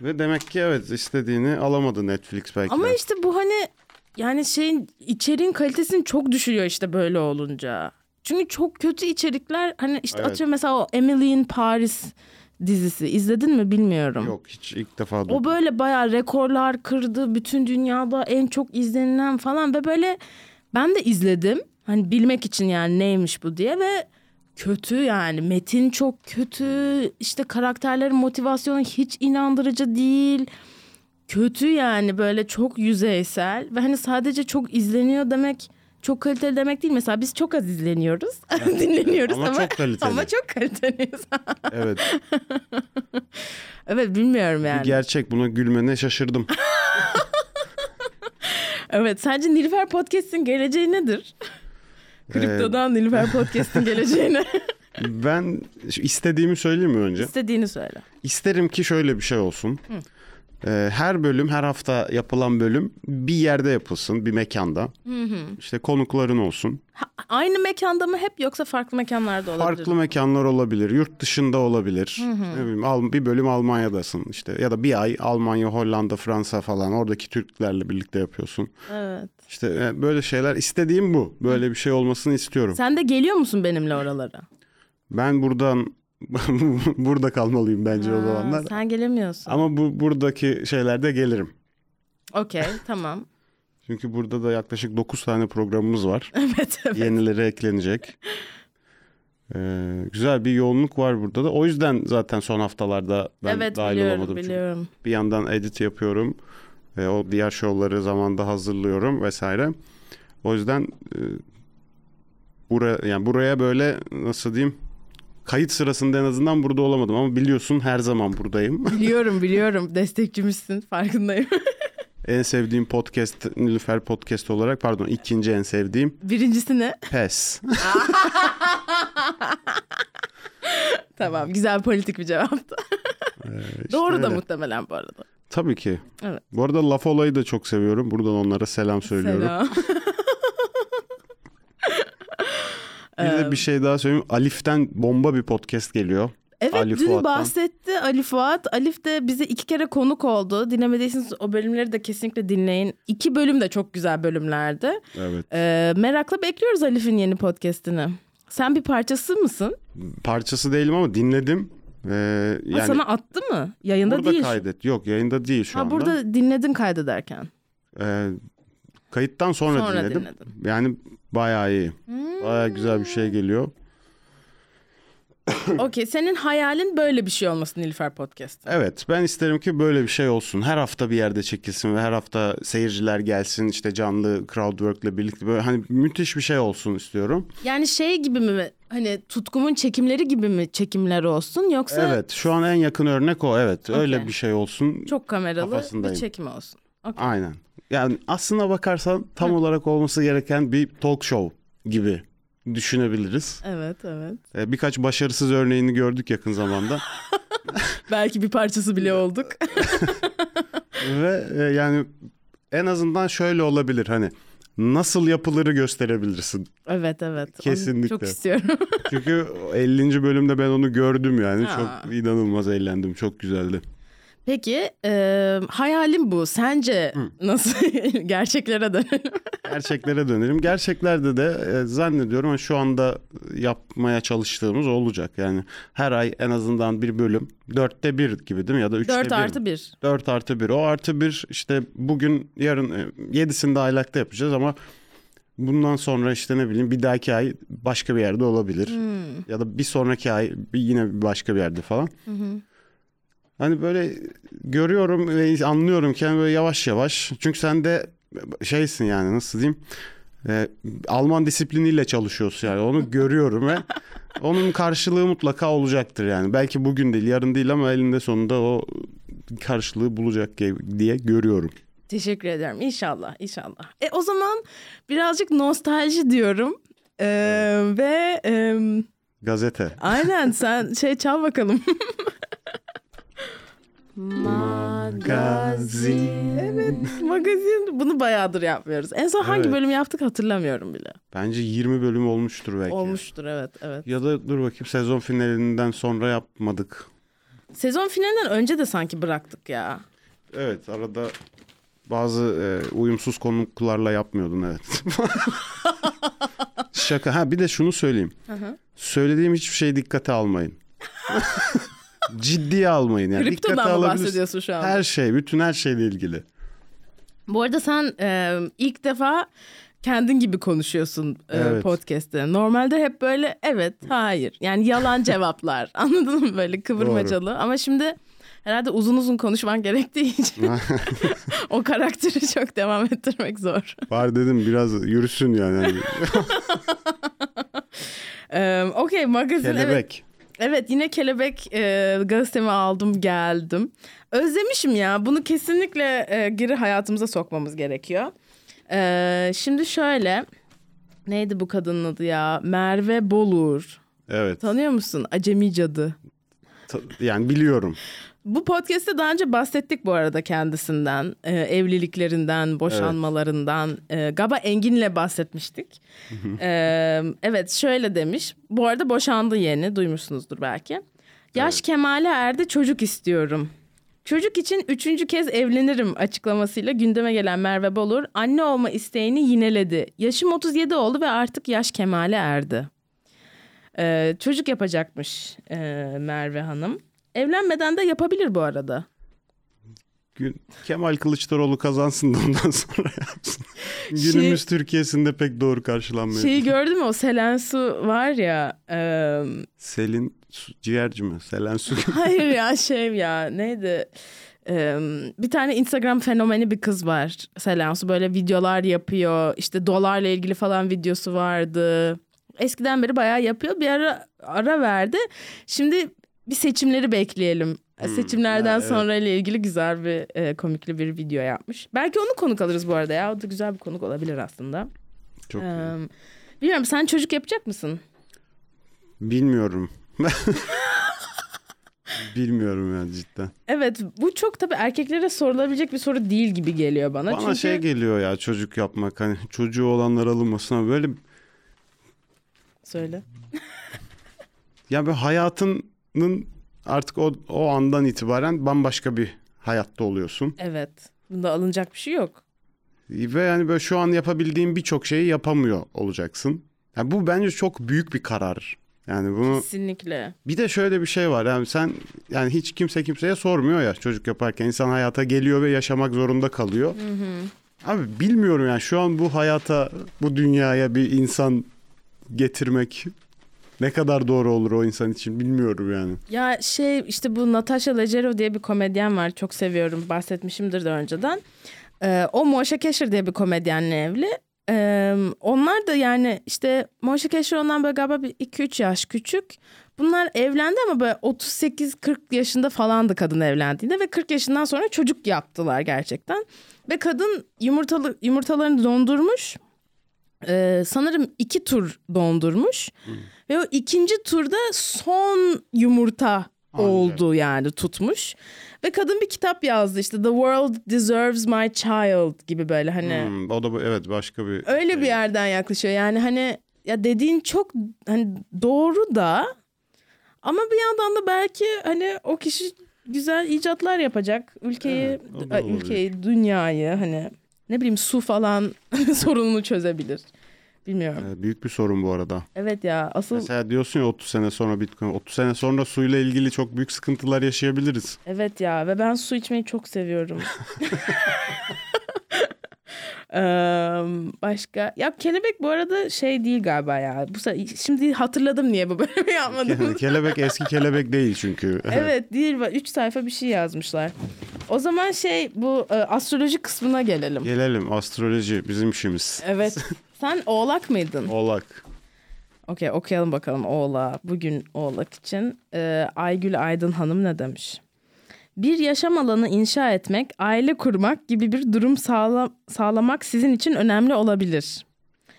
Speaker 3: Ve demek ki evet istediğini alamadı Netflix belki.
Speaker 2: Ama
Speaker 3: de.
Speaker 2: işte bu hani yani şeyin içeriğin kalitesini çok düşürüyor işte böyle olunca. Çünkü çok kötü içerikler hani işte
Speaker 3: Evet.
Speaker 2: atıyorum mesela o Emily in Paris dizisi izledin mi bilmiyorum.
Speaker 3: Yok hiç ilk defa
Speaker 2: O
Speaker 3: duydum.
Speaker 2: böyle bayağı rekorlar kırdı bütün dünyada en çok izlenilen falan ve böyle ben de izledim. Hani bilmek için yani neymiş bu diye ve kötü yani metin çok kötü işte karakterlerin motivasyonu hiç inandırıcı değil. Kötü yani böyle çok yüzeysel ve hani sadece çok izleniyor demek çok kaliteli demek değil. Mesela biz çok az izleniyoruz, [laughs] dinleniyoruz
Speaker 3: Ama
Speaker 2: ama,
Speaker 3: çok kaliteli.
Speaker 2: ama çok kaliteliyiz.
Speaker 3: Evet.
Speaker 2: evet bilmiyorum yani.
Speaker 3: Bir gerçek buna
Speaker 2: [laughs]
Speaker 3: gülmene şaşırdım.
Speaker 2: Evet sence Nilüfer Podcast'in geleceği nedir? [laughs] Kriptodan
Speaker 3: Ee,
Speaker 2: Nilüfer Podcast'in
Speaker 3: [laughs]
Speaker 2: geleceğini
Speaker 3: Ben istediğimi söyleyeyim mi önce?
Speaker 2: istediğini söyle.
Speaker 3: İsterim ki şöyle bir şey olsun. Ee, her bölüm, her hafta yapılan bölüm bir yerde yapılsın, bir mekanda. İşte konukların olsun.
Speaker 2: Ha- aynı mekanda mı hep yoksa farklı mekanlarda olabilir?
Speaker 3: Farklı mekanlar olabilir, yurt dışında olabilir. Ne bileyim, Al- bir bölüm Almanya'dasın işte ya da bir ay Almanya, Hollanda, Fransa falan oradaki Türklerle birlikte yapıyorsun.
Speaker 2: Evet.
Speaker 3: İşte e, böyle şeyler istediğim bu. Böyle bir şey olmasını istiyorum.
Speaker 2: Sen de geliyor musun benimle oralara?
Speaker 3: Ben buradan [laughs] burada kalmalıyım bence o zamanlar.
Speaker 2: Sen gelemiyorsun.
Speaker 3: [laughs] Ama bu buradaki şeylerde gelirim.
Speaker 2: Okey tamam. [laughs]
Speaker 3: Çünkü burada da yaklaşık 9 tane programımız var.
Speaker 2: [laughs] evet evet.
Speaker 3: Yenileri eklenecek. Ee, güzel bir yoğunluk var burada da. O yüzden zaten son haftalarda ben
Speaker 2: evet
Speaker 3: dahil
Speaker 2: biliyorum
Speaker 3: olamadım. Çünkü
Speaker 2: biliyorum.
Speaker 3: bir yandan edit yapıyorum. Ee, o diğer şovları zamanda hazırlıyorum vesaire. O yüzden e, buraya yani buraya böyle nasıl diyeyim? Kayıt sırasında en azından burada olamadım ama biliyorsun her zaman buradayım. [laughs]
Speaker 2: Biliyorum biliyorum. Destekçimizsin farkındayım. [laughs]
Speaker 3: en sevdiğim podcast Nilüfer podcast olarak pardon ikinci en sevdiğim
Speaker 2: Birincisi ne?
Speaker 3: PES.
Speaker 2: Tamam güzel politik bir cevaptı. [laughs]
Speaker 3: İşte
Speaker 2: Doğru da
Speaker 3: öyle.
Speaker 2: muhtemelen bu arada.
Speaker 3: Tabii ki.
Speaker 2: Evet.
Speaker 3: Bu arada laf olayı da çok seviyorum. Buradan onlara selam söylüyorum.
Speaker 2: Selam.
Speaker 3: Bir
Speaker 2: Ee,
Speaker 3: de bir şey daha söyleyeyim. Alif'ten bomba bir podcast geliyor.
Speaker 2: Evet
Speaker 3: Ali
Speaker 2: dün
Speaker 3: Fuat'tan.
Speaker 2: bahsetti Ali Fuat. Alif de bize iki kere konuk oldu. Dinlemediyseniz o bölümleri de kesinlikle dinleyin. İki bölüm de çok güzel bölümlerdi.
Speaker 3: Evet.
Speaker 2: Ee, merakla bekliyoruz Alif'in yeni podcastini. Sen bir parçası mısın?
Speaker 3: Parçası değilim ama dinledim. Ee,
Speaker 2: Ha,
Speaker 3: yani
Speaker 2: sana attı mı? Yayında
Speaker 3: burada
Speaker 2: değil.
Speaker 3: kaydet. Yok yayında değil şu
Speaker 2: ha,
Speaker 3: anda.
Speaker 2: burada dinledin
Speaker 3: [clears throat]
Speaker 2: kaydederken.
Speaker 3: Ee, kayıttan sonra,
Speaker 2: Sonra
Speaker 3: dinledim.
Speaker 2: dinledim. Hmm.
Speaker 3: Yani bayağı iyi. Bayağı güzel bir şey geliyor.
Speaker 2: Okey senin hayalin böyle bir şey olmasın Nilüfer Podcast.
Speaker 3: Evet ben isterim ki böyle bir şey olsun. Her hafta bir yerde çekilsin ve her hafta seyirciler gelsin işte canlı crowdwork'le birlikte böyle hani müthiş bir şey olsun istiyorum.
Speaker 2: Yani şey gibi mi hani tutkumun çekimleri gibi mi çekimler olsun yoksa
Speaker 3: Evet şu an en yakın örnek o evet öyle
Speaker 2: Okey.
Speaker 3: bir şey olsun.
Speaker 2: çok kameralı bir
Speaker 3: Kafasındayım.
Speaker 2: çekim olsun. Okey.
Speaker 3: Aynen. Yani aslına bakarsan tam olarak olması gereken bir talk show gibi düşünebiliriz.
Speaker 2: Evet evet.
Speaker 3: Ee, Birkaç başarısız örneğini gördük
Speaker 2: [laughs]
Speaker 3: yakın zamanda.
Speaker 2: Belki bir parçası
Speaker 3: Ee,
Speaker 2: bile olduk.
Speaker 3: Ve e, yani en azından şöyle olabilir hani nasıl yapılırı gösterebilirsin.
Speaker 2: evet evet. Onu
Speaker 3: Kesinlikle.
Speaker 2: Çok istiyorum. [laughs]
Speaker 3: Çünkü 50. bölümde ben onu gördüm yani.
Speaker 2: Ha.
Speaker 3: Çok inanılmaz eğlendim. Çok güzeldi.
Speaker 2: Peki e, hayalim bu. Sence nasıl [laughs] gerçeklere dönelim?
Speaker 3: Gerçeklere dönelim. Gerçeklerde de e, zannediyorum hani şu anda yapmaya çalıştığımız olacak. Yani her ay en azından bir bölüm. Dörtte bir gibi değil mi? Ya da üçte
Speaker 2: 4
Speaker 3: bir.
Speaker 2: artı 1.
Speaker 3: 4 artı 1. O artı 1 işte bugün yarın e, yedisini de aylakta yapacağız ama bundan sonra işte ne bileyim bir dahaki ay başka bir yerde olabilir. Ya da bir sonraki ay bir- yine başka bir yerde falan. Hani böyle görüyorum ve anlıyorum ki hani böyle yavaş yavaş. Çünkü sen de şeysin yani nasıl diyeyim. e, Alman disipliniyle çalışıyorsun yani onu görüyorum ve onun karşılığı mutlaka olacaktır yani. Belki bugün değil yarın değil ama elinde sonunda o karşılığı bulacak ge- diye görüyorum.
Speaker 2: Teşekkür ederim. İnşallah, inşallah. E o zaman birazcık nostalji diyorum. E, ve e,
Speaker 3: Gazete.
Speaker 2: aynen
Speaker 3: [laughs]
Speaker 2: sen şey çal bakalım.
Speaker 1: Magazin.
Speaker 2: Magazin bunu bayağıdır yapmıyoruz. En son hangi
Speaker 3: Evet.
Speaker 2: bölüm yaptık hatırlamıyorum bile.
Speaker 3: Bence 20 bölüm olmuştur belki.
Speaker 2: Olmuştur evet evet.
Speaker 3: Ya da dur bakayım sezon finalinden sonra yapmadık.
Speaker 2: Sezon finalinden önce de sanki bıraktık ya.
Speaker 3: Evet arada bazı e, uyumsuz konuklarla
Speaker 2: [laughs]
Speaker 3: yapmıyordun evet. Şaka. Ha bir de şunu söyleyeyim. Söylediğim hiçbir şeyi
Speaker 2: [laughs]
Speaker 3: dikkate almayın. Ciddiye almayın yani. dikkate
Speaker 2: Kriptodan mı
Speaker 3: alabilirsiniz.
Speaker 2: bahsediyorsun şu an?
Speaker 3: Her şey, bütün her şeyle ilgili.
Speaker 2: Bu arada sen e, ilk defa kendin gibi konuşuyorsun e,
Speaker 3: Evet.
Speaker 2: podcast'te. Normalde hep böyle evet, hayır. Yani
Speaker 3: [laughs]
Speaker 2: yalan cevaplar. Anladın mı böyle kıvırmacalı. Ama şimdi herhalde uzun uzun konuşman gerektiği
Speaker 3: [laughs]
Speaker 2: için [laughs] o karakteri çok devam ettirmek zor.
Speaker 3: Var dedim biraz yürüsün yani.
Speaker 2: [laughs]
Speaker 3: Hani
Speaker 2: E, Okey magazin evet.
Speaker 3: Kelebek.
Speaker 2: Evet yine kelebek e, gazetemi aldım geldim. Özlemişim ya bunu kesinlikle e, geri hayatımıza sokmamız gerekiyor. E, şimdi şöyle neydi bu kadının adı ya Merve Bolur.
Speaker 3: Evet.
Speaker 2: Tanıyor musun Acemi Cadı?
Speaker 3: Ta- yani biliyorum.
Speaker 2: Bu podcast'te daha önce bahsettik bu arada kendisinden. Ee, evliliklerinden, boşanmalarından. Ee, galiba Engin'le bahsetmiştik. Ee, evet şöyle demiş. Bu arada boşandı yeni duymuşsunuzdur belki. Yaş kemale erdi çocuk istiyorum. Çocuk için üçüncü kez evlenirim açıklamasıyla gündeme gelen Merve Bolur anne olma isteğini yineledi. Yaşım 37 oldu ve artık yaş kemale erdi. Ee, çocuk e, yapacakmış ee, Merve Hanım. Evlenmeden de yapabilir bu arada.
Speaker 3: Gün, Kemal Kılıçdaroğlu kazansın da ondan sonra yapsın.
Speaker 2: Şey-
Speaker 3: Günümüz Türkiye'sinde pek doğru karşılanmıyor.
Speaker 2: Şeyi gördün mü o Selen Su var ya. E,
Speaker 3: Selin Su- ciğerci mi? Selen Su.
Speaker 2: [laughs] hayır ya şey ya neydi? E, bir tane Instagram fenomeni bir kız var. Selen Su böyle videolar yapıyor. İşte dolarla ilgili falan videosu vardı. Eskiden beri bayağı yapıyor. Bir ara ara verdi. Şimdi bir seçimleri bekleyelim. Seçimlerden
Speaker 3: Hmm, ha, evet.
Speaker 2: sonra ile ilgili güzel bir e, komikli bir video yapmış. Belki onu konuk alırız bu arada ya. O da güzel bir konuk olabilir aslında.
Speaker 3: Çok iyi.
Speaker 2: Ee, bilmiyorum sen çocuk yapacak mısın?
Speaker 3: Bilmiyorum. Bilmiyorum ya cidden.
Speaker 2: Evet bu çok tabii erkeklere sorulabilecek bir soru değil gibi geliyor bana.
Speaker 3: Bana
Speaker 2: Çünkü
Speaker 3: şey geliyor ya çocuk yapmak hani çocuğu olanlar alınmasın ama böyle
Speaker 2: söyle.
Speaker 3: ya böyle hayatının artık o, o andan itibaren bambaşka bir hayatta oluyorsun.
Speaker 2: Evet. Bunda alınacak bir şey yok.
Speaker 3: Ve yani böyle şu an yapabildiğin birçok şeyi yapamıyor olacaksın. Yani bu bence çok büyük bir karar. Yani bunu
Speaker 2: Kesinlikle.
Speaker 3: bir de şöyle bir şey var. Yani sen yani hiç kimse kimseye sormuyor ya çocuk yaparken insan hayata geliyor ve yaşamak zorunda kalıyor. Abi bilmiyorum yani şu an bu hayata, bu dünyaya bir insan getirmek ne kadar doğru olur o insan için bilmiyorum yani.
Speaker 2: Ya şey işte bu Natasha Leggero diye bir komedyen var. Çok seviyorum. Bahsetmişimdir de önceden. Ee, o Moşa Keşir diye bir komedyenle evli. Ee, onlar da yani işte Moşa Keşir ondan böyle galiba bir 2-3 yaş küçük. Bunlar evlendi ama böyle 38-40 yaşında falandı kadın evlendiğinde ve 40 yaşından sonra çocuk yaptılar gerçekten. Ve kadın yumurtalı, yumurtalarını dondurmuş. Ee, sanırım iki tur dondurmuş. Ve o ikinci turda son yumurta
Speaker 3: Anca.
Speaker 2: oldu yani tutmuş. Ve kadın bir kitap yazdı işte The World Deserves My Child gibi böyle hani
Speaker 3: Hmm, o da bu- evet başka bir
Speaker 2: öyle
Speaker 3: şey.
Speaker 2: bir yerden yaklaşıyor. Yani hani ya dediğin çok hani doğru da ama bir yandan da belki hani o kişi güzel icatlar yapacak. Ülkeyi
Speaker 3: Evet, o da
Speaker 2: ay,
Speaker 3: olabilir.
Speaker 2: ülkeyi, dünyayı hani ne bileyim su falan [laughs] sorununu çözebilir. Bilmiyorum. Evet,
Speaker 3: Ee, büyük bir sorun bu arada.
Speaker 2: ya asıl
Speaker 3: Mesela diyorsun ya 30 sene sonra Bitcoin. 30 sene sonra suyla ilgili çok büyük sıkıntılar yaşayabiliriz. [laughs]
Speaker 2: Evet ya ve ben su içmeyi çok seviyorum. Eee, başka ya kelebek bu arada şey değil galiba ya. Bu se- şimdi hatırladım niye bu bölümü yapmadığımızı.
Speaker 3: Ke- kelebek eski kelebek değil çünkü.
Speaker 2: [laughs] evet değil 3 sayfa bir şey yazmışlar. O zaman şey bu e, astroloji kısmına gelelim.
Speaker 3: [laughs] Gelelim astroloji bizim işimiz.
Speaker 2: Evet. Sen oğlak mıydın?
Speaker 3: Oğlak.
Speaker 2: Okey okuyalım bakalım Oğlak. Bugün Oğlak için e, Aygül Aydın Hanım ne demiş? Bir yaşam alanı inşa etmek, aile kurmak gibi bir durum sağla- sağlamak sizin için önemli olabilir.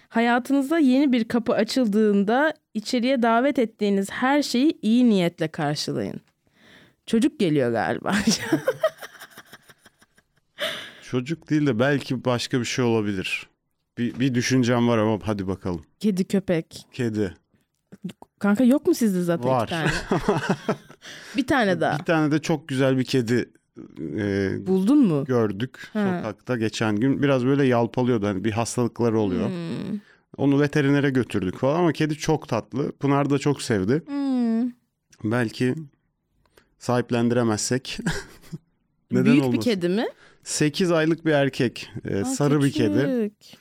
Speaker 2: Hayatınıza yeni bir kapı açıldığında içeriye davet ettiğiniz her şeyi iyi niyetle karşılayın. Çocuk geliyor galiba. [laughs]
Speaker 3: Çocuk değil de belki başka bir şey olabilir. Bir, bir düşüncem var ama hadi bakalım.
Speaker 2: Kedi köpek.
Speaker 3: Kedi.
Speaker 2: Kanka yok mu sizde zaten
Speaker 3: Var.
Speaker 2: iki tane? bir tane daha.
Speaker 3: Bir tane de çok güzel bir kedi e,
Speaker 2: Buldun mu?
Speaker 3: gördük
Speaker 2: Ha.
Speaker 3: sokakta geçen gün. Biraz böyle yalpalıyordu hani bir hastalıkları oluyor.
Speaker 2: Hmm.
Speaker 3: Onu veterinere götürdük falan ama kedi çok tatlı. Pınar da çok sevdi.
Speaker 2: Hmm.
Speaker 3: Belki sahiplendiremezsek. [laughs] Neden
Speaker 2: Büyük bir
Speaker 3: olmasın?
Speaker 2: kedi mi?
Speaker 3: 8 aylık bir erkek. e,
Speaker 2: Aa,
Speaker 3: sarı bir kedi.
Speaker 2: küçük.
Speaker 3: Ee,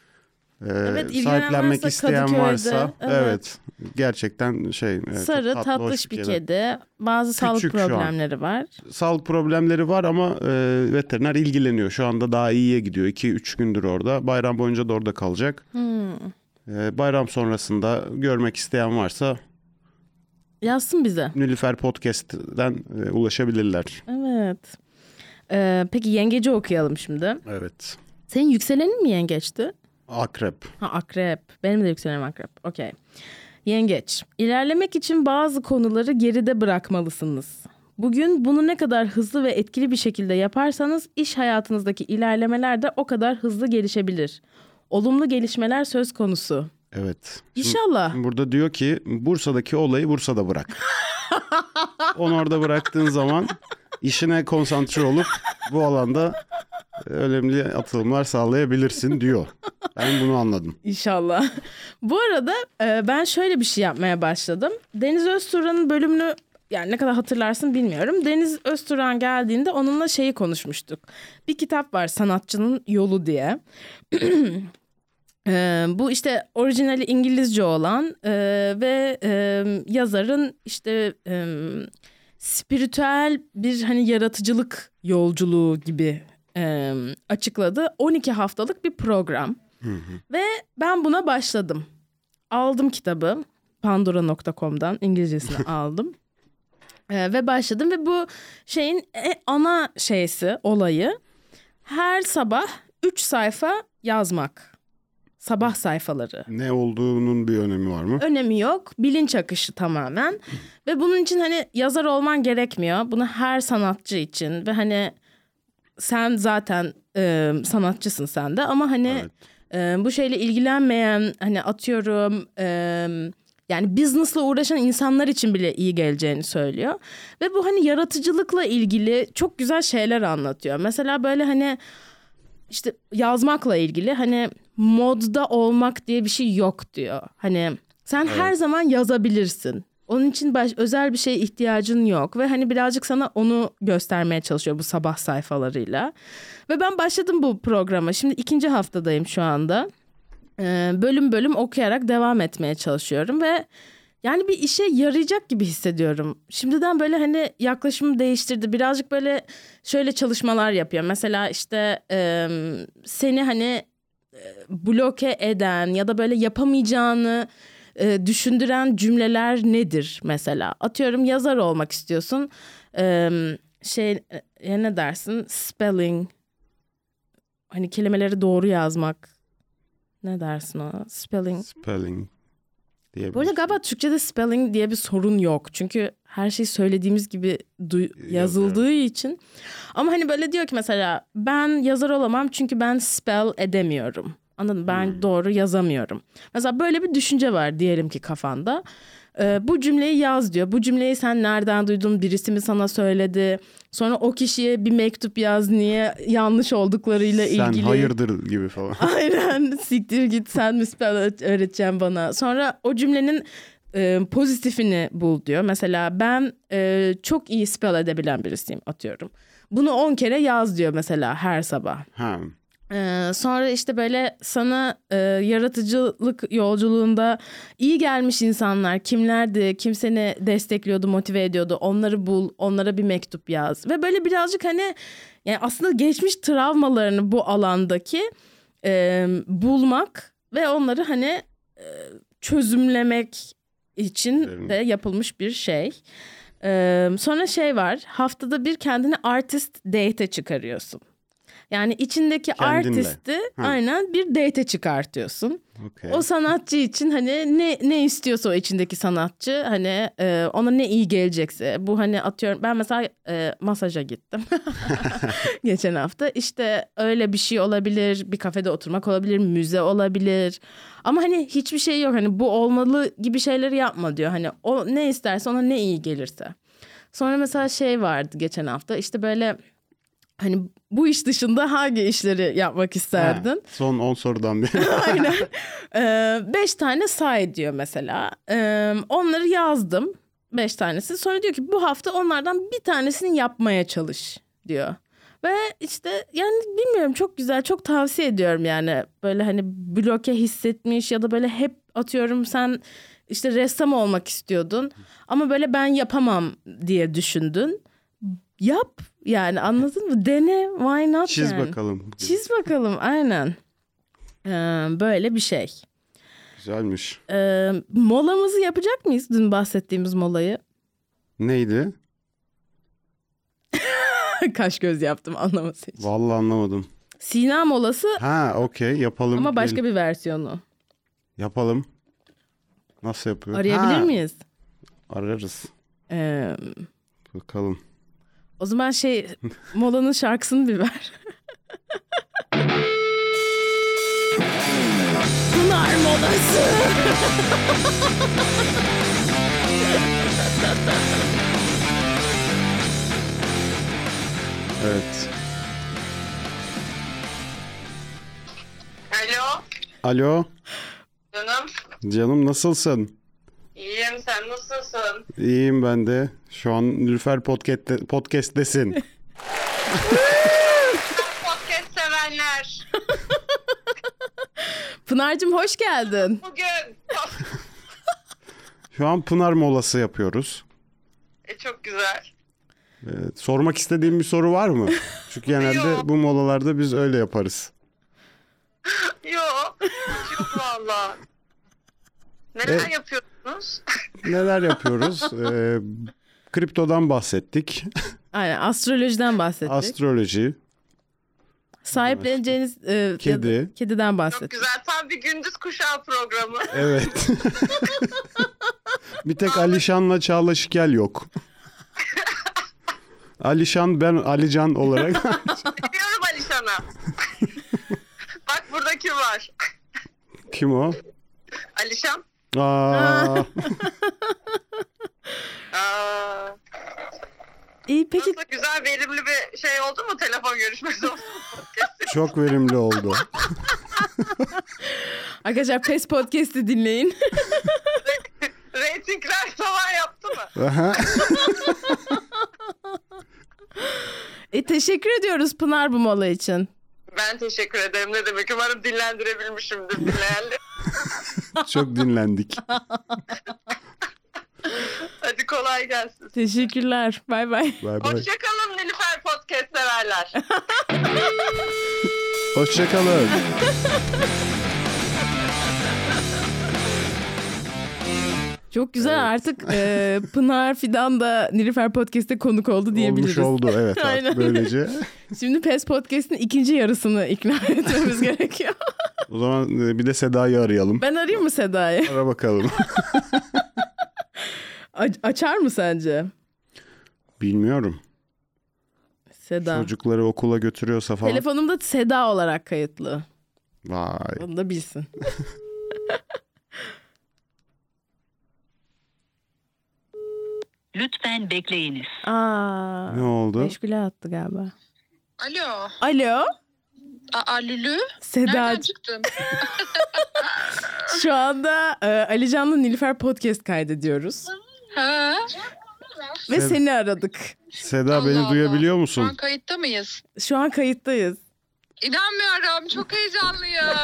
Speaker 2: Evet, ilgilenenler
Speaker 3: sahiplenmek
Speaker 2: varsa
Speaker 3: isteyen
Speaker 2: Kadıköy'de,
Speaker 3: varsa
Speaker 2: evet.
Speaker 3: evet. gerçekten şey evet, çok
Speaker 2: Sarı
Speaker 3: tatlı, hoş
Speaker 2: tatlış bir kedi. Bazı sağlık
Speaker 3: Küçük şu an.
Speaker 2: problemleri var.
Speaker 3: Sağlık problemleri var ama e, veteriner ilgileniyor. Şu anda daha iyiye gidiyor. 2-3 gündür orada. Bayram boyunca da orada kalacak.
Speaker 2: Hmm.
Speaker 3: E, bayram sonrasında görmek isteyen varsa
Speaker 2: Yazsın bize.
Speaker 3: Nilüfer Podcast'den e, ulaşabilirler.
Speaker 2: Evet. Ee, peki yengeci okuyalım şimdi.
Speaker 3: Evet.
Speaker 2: Senin yükselenin mi yengeçti?
Speaker 3: Akrep.
Speaker 2: Ha akrep. Benim de yükselenim akrep. Okey. Yengeç. İlerlemek için bazı konuları geride bırakmalısınız. Bugün bunu ne kadar hızlı ve etkili bir şekilde yaparsanız iş hayatınızdaki ilerlemeler de o kadar hızlı gelişebilir. Olumlu gelişmeler söz konusu.
Speaker 3: Evet.
Speaker 2: İnşallah.
Speaker 3: Burada diyor ki Bursa'daki olayı Bursa'da bırak. Onu orada bıraktığın zaman işine konsantre olup bu alanda e, önemli atılımlar sağlayabilirsin diyor. Ben bunu anladım.
Speaker 2: İnşallah. Bu arada e, ben şöyle bir şey yapmaya başladım. Deniz Özturan'ın bölümünü yani ne kadar hatırlarsın bilmiyorum. Deniz Özturan geldiğinde onunla şeyi konuşmuştuk. Bir kitap var sanatçının yolu diye. [clears throat] Ee, bu işte orijinali İngilizce olan e, ve e, yazarın işte e, spiritüel bir hani yaratıcılık yolculuğu gibi e, açıkladı. 12 haftalık bir program. ve ben buna başladım. Aldım kitabı pandora.com'dan İngilizcesini aldım. Ee, ve başladım ve bu şeyin e, ana şeysi, olayı her sabah 3 sayfa yazmak. Sabah sayfaları.
Speaker 3: Ne olduğunun bir önemi var mı?
Speaker 2: Önemi yok. Bilinç akışı tamamen. ve bunun için hani yazar olman gerekmiyor. Bunu her sanatçı için ve hani sen zaten e, sanatçısın sen de ama hani e, bu şeyle ilgilenmeyen hani atıyorum e, yani business'la uğraşan insanlar için bile iyi geleceğini söylüyor. Ve bu hani yaratıcılıkla ilgili çok güzel şeyler anlatıyor. Mesela böyle hani işte yazmakla ilgili hani modda olmak diye bir şey yok diyor. Hani sen her zaman yazabilirsin. Onun için baş, özel bir şeye ihtiyacın yok ve hani birazcık sana onu göstermeye çalışıyor bu sabah sayfalarıyla. Ve ben başladım bu programa. Şimdi ikinci haftadayım şu anda. Ee, bölüm bölüm okuyarak devam etmeye çalışıyorum ve yani bir işe yarayacak gibi hissediyorum. Şimdiden böyle hani yaklaşımı değiştirdi. Birazcık böyle şöyle çalışmalar yapıyor. Mesela işte e, seni hani e, bloke eden ya da böyle yapamayacağını e, düşündüren cümleler nedir mesela? Atıyorum yazar olmak istiyorsun. E, şey e, ne dersin? Spelling. Hani kelimeleri doğru yazmak. Ne dersin ona? Spelling.
Speaker 3: Spelling diye
Speaker 2: Bu arada galiba Türkçe'de spelling diye bir sorun yok. Çünkü her şey söylediğimiz gibi du- yazıldığı için. Ama hani böyle diyor ki mesela ben yazar olamam çünkü ben spell edemiyorum. Anladın mı? Ben doğru yazamıyorum. Mesela böyle bir düşünce var diyelim ki kafanda. Ee, bu cümleyi yaz diyor. Bu cümleyi sen nereden duydun? Birisi mi sana söyledi? Sonra o kişiye bir mektup yaz. Niye yanlış olduklarıyla
Speaker 3: Sen
Speaker 2: ilgili.
Speaker 3: hayırdır gibi falan.
Speaker 2: Aynen siktir git sen müspel öğret- öğreteceksin bana. Sonra o cümlenin e, pozitifini bul diyor. Mesela ben e, çok iyi spell edebilen birisiyim atıyorum. Bunu 10 kere yaz diyor mesela her sabah.
Speaker 3: ha.
Speaker 2: Ee, sonra işte böyle sana e, yaratıcılık yolculuğunda iyi gelmiş insanlar kimlerdi, kim seni destekliyordu, motive ediyordu onları bul, onlara bir mektup yaz. Ve böyle birazcık hani yani aslında geçmiş travmalarını bu alandaki e, bulmak ve onları hani e, çözümlemek için
Speaker 3: Evet.
Speaker 2: de yapılmış bir şey. Ee, sonra şey var haftada bir kendini artist date çıkarıyorsun. Yani içindeki
Speaker 3: Kendinle.
Speaker 2: artisti
Speaker 3: Ha.
Speaker 2: aynen bir date çıkartıyorsun.
Speaker 3: okey.
Speaker 2: O sanatçı için hani ne ne istiyorsa o içindeki sanatçı hani e, ona ne iyi gelecekse. Bu hani atıyorum ben mesela e, masaja gittim [laughs] geçen hafta. İşte öyle bir şey olabilir, bir kafede oturmak olabilir, müze olabilir. Ama hani hiçbir şey yok hani bu olmalı gibi şeyleri yapma diyor. Hani o ne isterse ona ne iyi gelirse. Sonra mesela şey vardı geçen hafta işte böyle hani bu iş dışında hangi işleri yapmak isterdin?
Speaker 3: Ha, Son 10
Speaker 2: [laughs]
Speaker 3: sorudan bir.
Speaker 2: Aynen. Ee, beş tane say diyor mesela. Ee, onları yazdım. Beş tanesi. Sonra diyor ki bu hafta onlardan bir tanesini yapmaya çalış diyor. Ve işte yani bilmiyorum çok güzel çok tavsiye ediyorum yani böyle hani bloke hissetmiş ya da böyle hep atıyorum sen işte ressam olmak istiyordun ama böyle ben yapamam diye düşündün. Yap yani anladın mı? Dene why not
Speaker 3: Çiz
Speaker 2: yani.
Speaker 3: bakalım.
Speaker 2: Çiz bakalım aynen. Ee, böyle bir şey.
Speaker 3: Güzelmiş.
Speaker 2: Ee, molamızı yapacak mıyız dün bahsettiğimiz molayı?
Speaker 3: Neydi?
Speaker 2: [laughs] Kaş göz yaptım anlaması için.
Speaker 3: Vallahi anlamadım.
Speaker 2: Sina molası
Speaker 3: Ha okey yapalım.
Speaker 2: ama başka
Speaker 3: Gelin.
Speaker 2: bir versiyonu.
Speaker 3: Yapalım. Nasıl yapıyor?
Speaker 2: Arayabilir
Speaker 3: Ha,
Speaker 2: miyiz?
Speaker 3: Ararız.
Speaker 2: Ee,
Speaker 3: Bakalım.
Speaker 2: o zaman şey
Speaker 3: [laughs]
Speaker 2: molanın şarkısını bir ver. Pınar molası.
Speaker 3: Evet.
Speaker 4: Alo
Speaker 3: Alo
Speaker 4: canım
Speaker 3: canım nasılsın?
Speaker 4: İyiyim sen nasılsın?
Speaker 3: İyiyim ben de. Şu an Nilüfer podcast'te, podcast'tesin.
Speaker 4: Podcast sevenler.
Speaker 2: Pınar'cığım hoş geldin.
Speaker 4: Bugün.
Speaker 3: Şu an Pınar molası yapıyoruz.
Speaker 4: [laughs] e, çok güzel.
Speaker 3: Evet, sormak istediğim bir soru var mı? Çünkü
Speaker 4: Yok.
Speaker 3: genelde bu molalarda biz öyle yaparız.
Speaker 4: Yo. Yok valla. Neler
Speaker 3: Evet.
Speaker 4: yapıyorsunuz? [laughs]
Speaker 3: Neler yapıyoruz? Ee, kriptodan bahsettik.
Speaker 2: Aynen astrolojiden bahsettik.
Speaker 3: Astroloji.
Speaker 2: Sahipleneceğiniz e, ya da
Speaker 3: Kedi.
Speaker 2: kediden
Speaker 4: Çok
Speaker 2: bahsettik.
Speaker 4: güzel. Tam bir gündüz kuşağı programı.
Speaker 3: Evet. [laughs] bir tek Alişan'la Çağla Şikel yok. Alişan ben Alican olarak. [laughs]
Speaker 4: Biliyorum Alişan'a. Bak burada kim var?
Speaker 3: Kim o?
Speaker 4: Alişan.
Speaker 3: Aa,
Speaker 4: Aa,
Speaker 2: İyi peki
Speaker 4: nasıl güzel verimli bir şey oldu mu telefon görüşmesi oldu mu?
Speaker 3: çok verimli oldu.
Speaker 2: arkadaşlar PES Podcast'i dinleyin. [laughs]
Speaker 4: Ratingler tavan yaptı mı?
Speaker 3: Aha.
Speaker 2: e, teşekkür ediyoruz Pınar bu mola için.
Speaker 4: Ben teşekkür ederim. Ne demek? Umarım dinlendirebilmişimdir dinleyenleri.
Speaker 3: çok dinlendik.
Speaker 4: Hadi kolay gelsin.
Speaker 2: Teşekkürler. Bay bay.
Speaker 3: Bay bay.
Speaker 4: Hoşçakalın Nilüfer Podcast severler.
Speaker 3: Hoşçakalın.
Speaker 2: Çok güzel artık e, Pınar Fidan da Nilüfer Podcast'te konuk oldu diyebiliriz.
Speaker 3: Olmuş oldu evet
Speaker 2: Aynen.
Speaker 3: artık böylece.
Speaker 2: Şimdi PES Podcast'in ikinci yarısını ikna [laughs] etmemiz gerekiyor.
Speaker 3: O zaman e, bir de Seda'yı arayalım.
Speaker 2: Ben arayayım mı Seda'yı?
Speaker 3: Ara bakalım. [laughs]
Speaker 2: A- açar mı sence?
Speaker 3: Bilmiyorum.
Speaker 2: Seda.
Speaker 3: Çocukları okula götürüyorsa falan.
Speaker 2: Telefonumda Seda olarak kayıtlı.
Speaker 3: Vay.
Speaker 2: Onu da bilsin.
Speaker 5: [laughs] Lütfen bekleyiniz.
Speaker 2: Aa.
Speaker 3: Ne oldu?
Speaker 2: Meşgule attı galiba.
Speaker 6: Alo.
Speaker 2: Alo.
Speaker 6: Aa Lülü.
Speaker 2: Seda
Speaker 6: Nereden çıktın?
Speaker 2: şu anda e, Ali Can'la Nilüfer podcast kaydediyoruz.
Speaker 6: Ha?
Speaker 2: Ve
Speaker 3: Seda-
Speaker 2: seni aradık.
Speaker 3: Seda
Speaker 6: Allah
Speaker 3: beni
Speaker 6: Allah.
Speaker 3: duyabiliyor
Speaker 6: Şu an
Speaker 3: musun?
Speaker 6: kayıtta mıyız?
Speaker 2: Şu an kayıttayız.
Speaker 6: İnanmıyorum. Çok heyecanlıyım.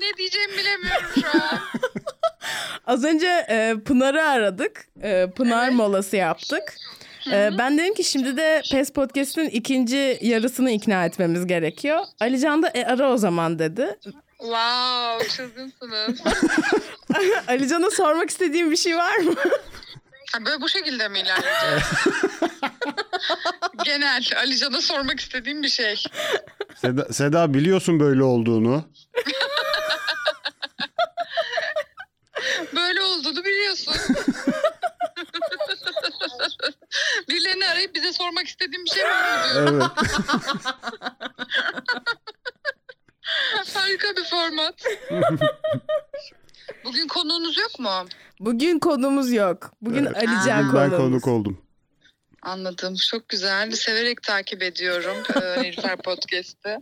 Speaker 6: ne diyeceğimi bilemiyorum şu an.
Speaker 2: Az önce e, Pınar'ı aradık. E, Pınar molası yaptık. E, ben dedim ki şimdi de PES Podcast'in ikinci yarısını ikna etmemiz gerekiyor. Ali Can da e, ara o zaman dedi.
Speaker 6: Wow, çılgınsınız.
Speaker 2: Ali Can'a sormak istediğim bir şey var mı? [laughs]
Speaker 6: Ha, böyle bu şekilde mi ilerleyeceğiz? Genel Ali Can'a sormak istediğim bir şey.
Speaker 3: Seda, Seda biliyorsun böyle olduğunu.
Speaker 6: Böyle olduğunu biliyorsun. Birilerini arayıp bize sormak istediğim bir şey var
Speaker 3: [laughs]
Speaker 6: mı? diyor.
Speaker 3: Evet.
Speaker 6: Harika bir format. Bugün konuğunuz yok mu?
Speaker 2: Bugün konumuz yok. Bugün
Speaker 3: Evet,
Speaker 2: Ali Can
Speaker 3: Bugün ben
Speaker 2: konuğumuz.
Speaker 3: konuk oldum.
Speaker 6: Anladım. Çok güzel. Severek takip ediyorum [laughs] eee, Nilüfer Podcast'ı.